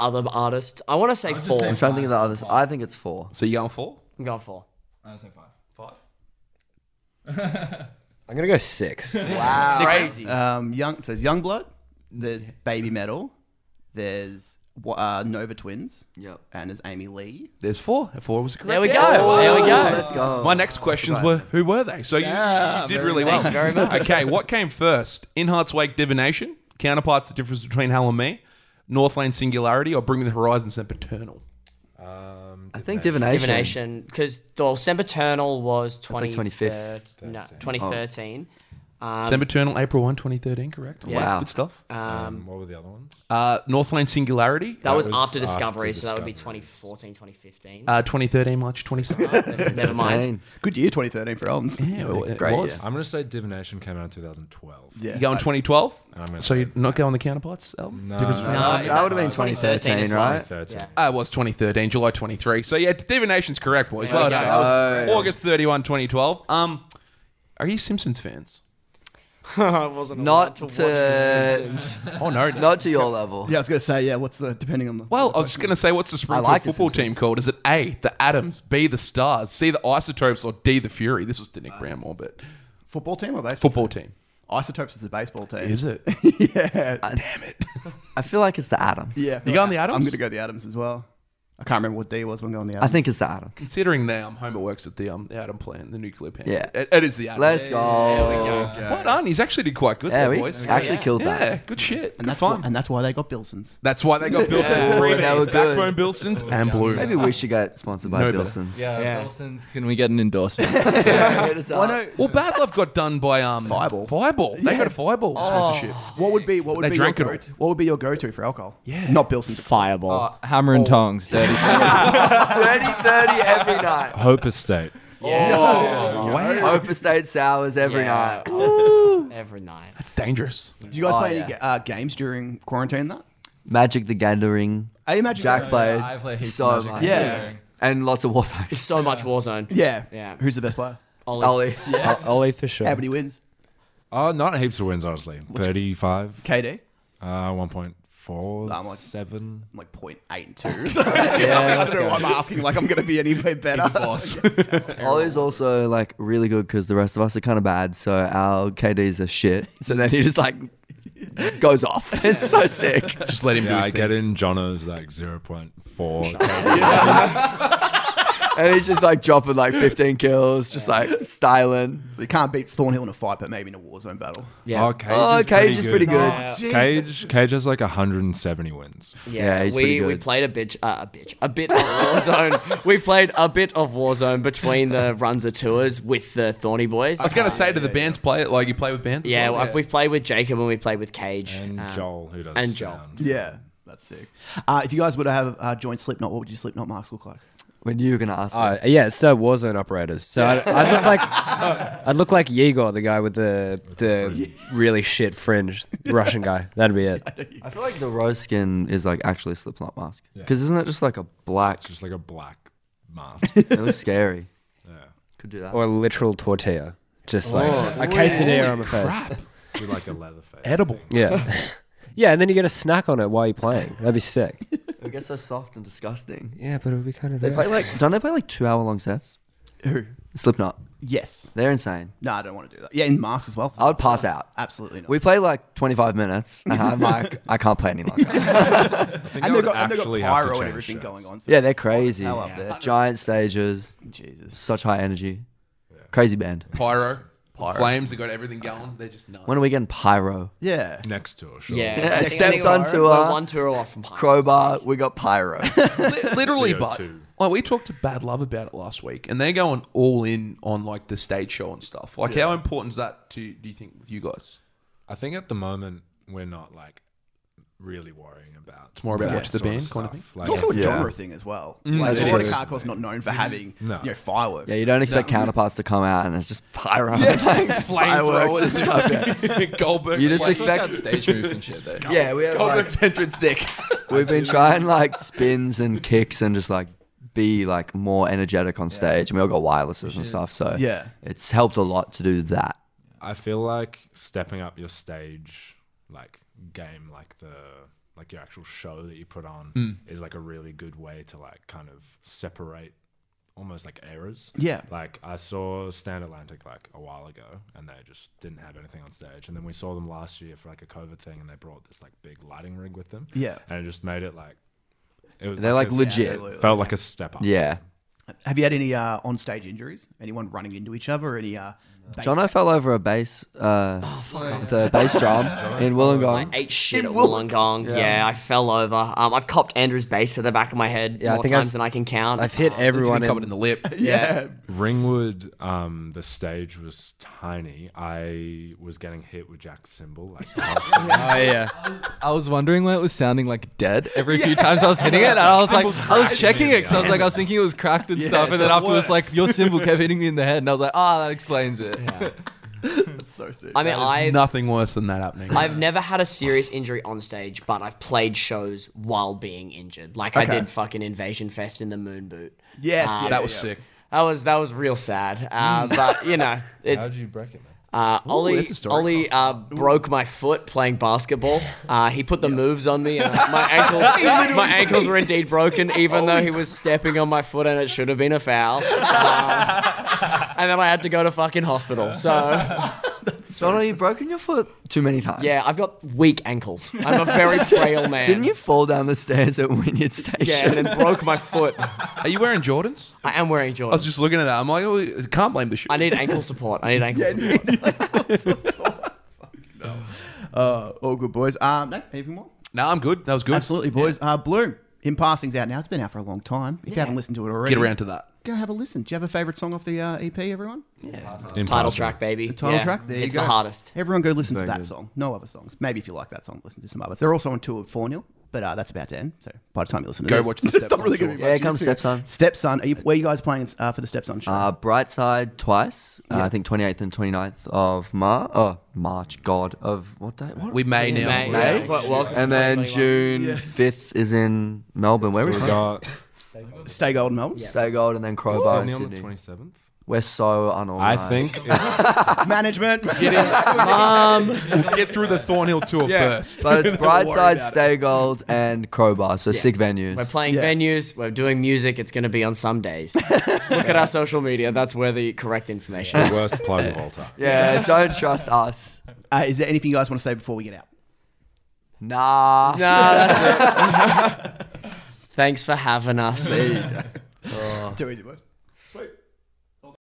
Speaker 3: Other artists. I want to say four.
Speaker 5: I'm trying to think of the others. I think it's four.
Speaker 2: So you going four?
Speaker 3: I'm going four.
Speaker 2: Five?
Speaker 7: I'm gonna go six.
Speaker 3: Crazy.
Speaker 1: Um, young, so there's Youngblood, there's Baby Metal, there's uh, Nova Twins,
Speaker 5: Yep.
Speaker 1: and there's Amy Lee.
Speaker 2: There's four. Four was correct.
Speaker 3: there we go. There we
Speaker 5: *laughs*
Speaker 3: go.
Speaker 5: Let's go.
Speaker 2: My next questions were who were they? So you, you did really well.
Speaker 3: very much.
Speaker 2: Okay, what came first? In Heart's Wake Divination, Counterparts the Difference Between Hell and Me, Northland Singularity, or Bring Me the Horizon Sent Paternal?
Speaker 6: Um,
Speaker 5: I think divination.
Speaker 3: Divination, because well, Sempiternal was 20,
Speaker 5: like 25th.
Speaker 3: no, 2013.
Speaker 2: Sent Paternal, April 1, 2013, correct?
Speaker 3: Um, Yeah.
Speaker 5: Wow.
Speaker 2: Good stuff.
Speaker 6: Um, what were the other ones?
Speaker 2: Uh, Northland Singularity,
Speaker 3: That was,
Speaker 6: was after
Speaker 3: after Discovery, so that would be
Speaker 6: Discovery.
Speaker 3: 2014, 2015.
Speaker 2: uh, 2013, March
Speaker 3: *laughs*
Speaker 2: 27th.
Speaker 3: Never mind.
Speaker 5: Divination.
Speaker 1: Good year, 2013 for Elms.
Speaker 2: yeah, well, it
Speaker 5: Great,
Speaker 2: was.
Speaker 6: I'm gonna say Divination came out in 2012.
Speaker 1: Yeah.
Speaker 2: You going 2012?
Speaker 6: And I'm gonna
Speaker 2: So
Speaker 6: say-
Speaker 2: you're not going the Counterparts album?
Speaker 6: No,
Speaker 2: Difference
Speaker 6: no,
Speaker 2: Between
Speaker 6: no.
Speaker 2: Hell
Speaker 5: Uh,
Speaker 2: and Me?
Speaker 5: that would have been 2013, right?
Speaker 6: 2013.
Speaker 3: Yeah. *laughs*
Speaker 2: Uh, it was 2013, July 23. So yeah, divination's correct, boys. Well done. That was August 31, 2012. Um, are you Simpsons fans?
Speaker 3: I wasn't
Speaker 5: Not
Speaker 3: allowed to watch The
Speaker 5: to-
Speaker 3: Simpsons.
Speaker 2: Oh no,
Speaker 5: *laughs* Not to your level.
Speaker 1: Yeah, I was going to say, yeah, what's the, depending on the.
Speaker 2: Well, I was just gonna say, what's the Springfield
Speaker 5: like The
Speaker 2: football team
Speaker 5: Simpsons.
Speaker 2: called? Is it A, the Atoms, B, the Stars, C, the Isotopes, or D, the Fury? This was to Nick Brown more, but
Speaker 1: football team or baseball?
Speaker 2: football team.
Speaker 1: Isotopes is the baseball team.
Speaker 2: Is *laughs* it?
Speaker 1: *laughs* yeah.
Speaker 2: Damn it!
Speaker 5: I feel like it's the Adams.
Speaker 1: yeah.
Speaker 2: You going the Adams?
Speaker 1: I'm going to go the Adams as well. I can't remember what D was when going the
Speaker 5: I
Speaker 1: Adams.
Speaker 5: think it's the Adams.
Speaker 2: Considering now, I'm home at works at the um the Atom plant, the nuclear plant.
Speaker 5: Yeah.
Speaker 2: it, it is the Atom.
Speaker 5: Let's go.
Speaker 2: Well done. He's actually did quite good
Speaker 5: Yeah,
Speaker 2: there,
Speaker 5: we
Speaker 2: boys.
Speaker 5: actually killed that.
Speaker 2: Yeah, good shit.
Speaker 1: and
Speaker 2: good
Speaker 1: that's,
Speaker 2: fun.
Speaker 1: why, and that's why they got Bilsons.
Speaker 2: That's why they got Bilsons.
Speaker 5: Yeah.
Speaker 2: three
Speaker 5: That
Speaker 2: Bs,
Speaker 5: was good.
Speaker 2: Backbone Bilsons and Blue.
Speaker 5: Maybe we should get sponsored by
Speaker 2: No better.
Speaker 5: Bilson's.
Speaker 9: Yeah. Wilson's, can we get an *laughs* endorsement?
Speaker 5: Why not?
Speaker 2: Well, Bad Love got done by um
Speaker 1: Fireball.
Speaker 2: Fireball. They got a Fireball sponsorship.
Speaker 1: What would be what would
Speaker 2: Oh, They
Speaker 1: be
Speaker 2: drank it
Speaker 1: your
Speaker 2: all.
Speaker 1: go-to, what would be your go-to for alcohol?
Speaker 2: Yeah.
Speaker 1: not Bilsons.
Speaker 3: Fireball.
Speaker 9: Hammer
Speaker 5: Oh.
Speaker 9: and tongs, dirty.
Speaker 5: Dirty 30 *laughs* every night.
Speaker 6: Hope Estate.
Speaker 5: Oh, Opus State Sours every
Speaker 3: Yeah.
Speaker 5: night.
Speaker 3: Every night.
Speaker 2: It's dangerous.
Speaker 1: Do you guys
Speaker 5: Oh,
Speaker 1: play any
Speaker 5: yeah.
Speaker 1: ga- uh, games during quarantine? That
Speaker 5: Magic the Gathering.
Speaker 1: I imagine
Speaker 5: Jack played
Speaker 9: I play heaps
Speaker 5: so
Speaker 9: of Magic
Speaker 5: much.
Speaker 9: the
Speaker 1: Yeah.
Speaker 9: Gathering.
Speaker 5: And lots of Warzone.
Speaker 3: It's so much Warzone.
Speaker 1: Yeah.
Speaker 3: Yeah.
Speaker 1: Who's the best player?
Speaker 5: Ollie.
Speaker 3: Ollie.
Speaker 7: Ollie for sure.
Speaker 1: How many wins?
Speaker 6: Oh, not heaps of wins, honestly. 35,
Speaker 1: KD?
Speaker 6: uh, 1.4,
Speaker 1: I'm like-
Speaker 6: 7.
Speaker 1: I'm like point eight and *laughs* two. yeah, I don't know why I'm asking. Like I'm going to be anyway better. *laughs*
Speaker 2: Boss.
Speaker 5: Ollie's also like really good because the rest of us are kind of bad. So our KDs are shit. *laughs* So then he just like goes off. *laughs* It's so sick.
Speaker 2: Just let him do
Speaker 6: Yeah,
Speaker 2: his
Speaker 6: I
Speaker 2: thing.
Speaker 6: get in Jono's like 0.4.
Speaker 5: And he's just like dropping like 15 kills, just like styling.
Speaker 1: you can't beat Thornhill in a fight, but maybe in a Warzone battle.
Speaker 3: Yeah.
Speaker 6: Oh, Cage
Speaker 5: Oh,
Speaker 6: is
Speaker 5: Cage is pretty good.
Speaker 6: Cage, Cage has like 170 wins.
Speaker 5: Yeah, he's
Speaker 3: we
Speaker 5: pretty
Speaker 3: we
Speaker 5: good.
Speaker 3: played a bitch uh, a bitch a bit of Warzone. we played a bit of Warzone between the runs of tours with the Thorny Boys.
Speaker 2: I was gonna say, do the bands play it like you play with bands? as
Speaker 3: yeah,
Speaker 2: well?
Speaker 3: we played with Jacob and we played with Cage
Speaker 6: And
Speaker 3: Um,
Speaker 6: Joel, who does
Speaker 3: and Joel.
Speaker 6: sound.
Speaker 1: Yeah, that's sick. Uh, if you guys were to have uh, joined Slipknot, what would your Slipknot marks look like?
Speaker 5: When you were going to ask
Speaker 7: Uh,
Speaker 5: us.
Speaker 7: yeah, it's the Warzone operators. So I, I look like I look like Yegor, the guy with the the really shit fringe Russian guy. That'd be it.
Speaker 5: I feel like the rose skin is like actually a Slipknot mask. Because isn't it just like a black?
Speaker 6: It's just like a black
Speaker 3: *laughs*
Speaker 6: mask.
Speaker 5: It looks scary.
Speaker 6: yeah.
Speaker 5: Could do that.
Speaker 7: Or a literal tortilla, just like a quesadilla on the face.
Speaker 6: With like a leather face.
Speaker 2: edible.
Speaker 7: Yeah, yeah, and then you get a snack on it while you're playing. That'd be sick.
Speaker 5: It gets so soft and disgusting.
Speaker 7: *laughs* Yeah, but it would be kind of.
Speaker 5: They play
Speaker 7: nice.
Speaker 5: like don't they play like two hour long sets?
Speaker 1: Who?
Speaker 5: Slipknot.
Speaker 1: Yes.
Speaker 5: They're insane.
Speaker 1: No, I don't want to do that. Yeah, in masks as well.
Speaker 5: I would pass out.
Speaker 1: Absolutely not.
Speaker 5: We play like 25 minutes, and I'm like, I can't play any longer.
Speaker 6: I think I
Speaker 1: and they've
Speaker 6: would
Speaker 1: got, and they've got
Speaker 6: actually have to
Speaker 1: pyro and
Speaker 6: change
Speaker 1: everything
Speaker 6: shirts.
Speaker 1: going on. So
Speaker 5: yeah, they're crazy.
Speaker 1: Hell up there.
Speaker 5: Giant stages,
Speaker 1: Jesus.
Speaker 5: such high energy, crazy band.
Speaker 2: Pyro. Flames, they got everything going. They're just nuts.
Speaker 5: When are we getting pyro?
Speaker 1: Yeah.
Speaker 6: Next tour, sure.
Speaker 3: Yeah,
Speaker 5: Yeah,
Speaker 3: I think- I think
Speaker 5: Steps
Speaker 3: we're-
Speaker 5: on tour.
Speaker 3: we're one tour off from Pirates.
Speaker 5: Crowbar, we got pyro.
Speaker 2: Li- literally, but
Speaker 6: CO2.
Speaker 2: like we talked to Bad Love about it last week, and they're going all in on like the stage show and stuff. Like, how important is that to do you think with you guys?
Speaker 6: I think at the moment we're not like really worrying about. It's
Speaker 2: more about watch the band kind of thing.
Speaker 1: It's
Speaker 6: Like,
Speaker 1: also a
Speaker 5: Yeah. Mm,
Speaker 1: genre thing as well. like,
Speaker 5: That's
Speaker 1: a lot of
Speaker 5: true.
Speaker 1: hardcore's not known for having
Speaker 6: No.
Speaker 1: you know, fireworks.
Speaker 5: Mm-hmm. yeah, you don't expect counterparts to come out, and it's just pyro. *laughs* fireworks and stuff.
Speaker 2: Flamethrowers, Goldberg.
Speaker 5: You just
Speaker 2: like,
Speaker 5: expect
Speaker 9: stage moves and shit though.
Speaker 5: *laughs* Yeah, we had like,
Speaker 2: Goldberg's entrance dick.
Speaker 5: *laughs* we've been trying like spins and kicks and just like be like more energetic on stage. And we all got wirelesses and stuff, so
Speaker 1: Yeah.
Speaker 5: it's helped a lot to do that.
Speaker 6: I feel like stepping up your stage like game, like the like your actual show that you put on,
Speaker 1: Mm.
Speaker 6: is like a really good way to like kind of separate almost like errors.
Speaker 1: Yeah.
Speaker 6: Like I saw Stand Atlantic like a while ago, and they just didn't have anything on stage. And then we saw them last year for like a COVID thing, and they brought this like big lighting rig with them.
Speaker 1: Yeah.
Speaker 6: and it just made it like it was.
Speaker 5: They're like
Speaker 6: a-
Speaker 5: legit.
Speaker 6: it Felt like a step up.
Speaker 5: Yeah.
Speaker 1: Have you had any uh, on-stage injuries? Anyone running into each other? Any? Uh, bass-
Speaker 5: John,
Speaker 1: *laughs*
Speaker 5: I fell over a bass, uh,
Speaker 9: Oh,
Speaker 5: the bass
Speaker 9: *laughs*
Speaker 5: drum in Wollongong.
Speaker 3: Ate shit at Wollongong. Yeah. I fell over. Um, I've copped Andrew's bass to the back of my head
Speaker 5: I
Speaker 3: more
Speaker 5: think
Speaker 3: times
Speaker 5: I've-
Speaker 3: than I can count.
Speaker 7: I've hit everyone
Speaker 2: covered in
Speaker 7: in.
Speaker 2: the lip.
Speaker 3: yeah.
Speaker 6: Ringwood, um, the stage was tiny. I was getting hit with Jack's cymbal like constantly.
Speaker 9: Oh yeah. I was wondering why it was sounding like dead every few times I was hitting it, and I was like, I was checking it because I was like, I was thinking it was cracked and stuff, and then afterwards, like, your symbol kept hitting me in the head, and I was like, ah, that explains it.
Speaker 1: *laughs* so sick.
Speaker 3: I mean, I've
Speaker 2: Nothing worse than that happening.
Speaker 3: I've never had a serious injury on stage, but I've played shows while being injured. Like I did fucking Invasion Fest in the Moon Boot.
Speaker 1: yes,
Speaker 6: Ah,
Speaker 1: yeah,
Speaker 2: that was
Speaker 1: yeah.
Speaker 2: sick.
Speaker 3: That was that was real sad. Uh, but you know, it's
Speaker 6: How'd you break it, man?
Speaker 3: Uh, Ollie,
Speaker 2: that's a story.
Speaker 3: Ollie uh, broke my foot playing basketball. Uh, he put the moves on me, and my ankles, my ankles were indeed broken, even though he was stepping on my foot, and it should have been a foul. Um, and then I had to go to fucking hospital. So
Speaker 5: John, are you broken your foot too many times?
Speaker 3: yeah, I've got weak ankles. I'm a very frail man.
Speaker 5: Didn't you fall down the stairs at Wynyard
Speaker 3: Yeah,
Speaker 5: Station?
Speaker 3: and then broke my foot.
Speaker 2: Are you wearing Jordans?
Speaker 3: I am wearing Jordans. I,
Speaker 2: I was just looking at that. I'm like, oh, I can't blame the shit.
Speaker 3: need ankle support. I need ankle support.
Speaker 1: Uh, all good, boys. Um, no, anything more?
Speaker 2: No, I'm good. That was good.
Speaker 1: Absolutely, boys. Uh, Bloom, in passing's out now. It's been out for a long time. If you haven't listened to it already,
Speaker 2: Get around to that.
Speaker 1: Go have a listen. Do you have a favorite song off the uh, EP, everyone?
Speaker 3: Title track, baby. The
Speaker 1: title track? There you
Speaker 3: it's
Speaker 1: go.
Speaker 3: the hardest.
Speaker 1: Everyone go listen to that song. No other songs. Maybe if you like that song, listen to some others. They're also on tour with 4 0, but uh, that's about to end. So by the time you listen to
Speaker 2: Go
Speaker 1: this, *laughs*
Speaker 2: watch the
Speaker 1: it's not
Speaker 2: Stepson
Speaker 1: really gonna
Speaker 2: tour.
Speaker 1: be
Speaker 5: Yeah,
Speaker 1: much
Speaker 5: come
Speaker 1: use to
Speaker 5: Stepson.
Speaker 1: it. Stepson, are you, where are you guys playing uh, for the Stepson show?
Speaker 5: Uh, Brightside twice. Uh, I think 28th and 29th of Mar. Oh, March. God of what day? What?
Speaker 2: We may now.
Speaker 3: May.
Speaker 2: We're out.
Speaker 3: Yeah. Well, welcome to
Speaker 5: and then
Speaker 3: 2021.
Speaker 5: June 5th is in Melbourne. Where
Speaker 6: So
Speaker 5: is
Speaker 6: we
Speaker 5: it?
Speaker 6: got
Speaker 1: Stay Gold Melbourne.
Speaker 5: Stay Gold and then Crowbar in
Speaker 6: Sydney on the
Speaker 5: Sydney.
Speaker 6: twenty seventh.
Speaker 5: We're so unorganized.
Speaker 6: I think
Speaker 2: *laughs*
Speaker 6: it's
Speaker 1: Management.
Speaker 2: Get through the Thornhill tour first.
Speaker 5: But it's
Speaker 2: worry
Speaker 5: Brightside,
Speaker 2: about it.
Speaker 5: Stay Gold, and Crowbar. So sick venues.
Speaker 3: We're playing
Speaker 1: Yeah.
Speaker 3: venues. We're doing music. It's going to be on some days. Look at our social media. That's where the correct information
Speaker 6: the
Speaker 3: is.
Speaker 6: worst plug of all time.
Speaker 5: *laughs* yeah, don't trust us.
Speaker 1: uh, is there anything you guys want to say before we get out?
Speaker 5: Nah.
Speaker 3: Nah, *laughs* that's it. Thanks for having us.
Speaker 1: Too easy, boys.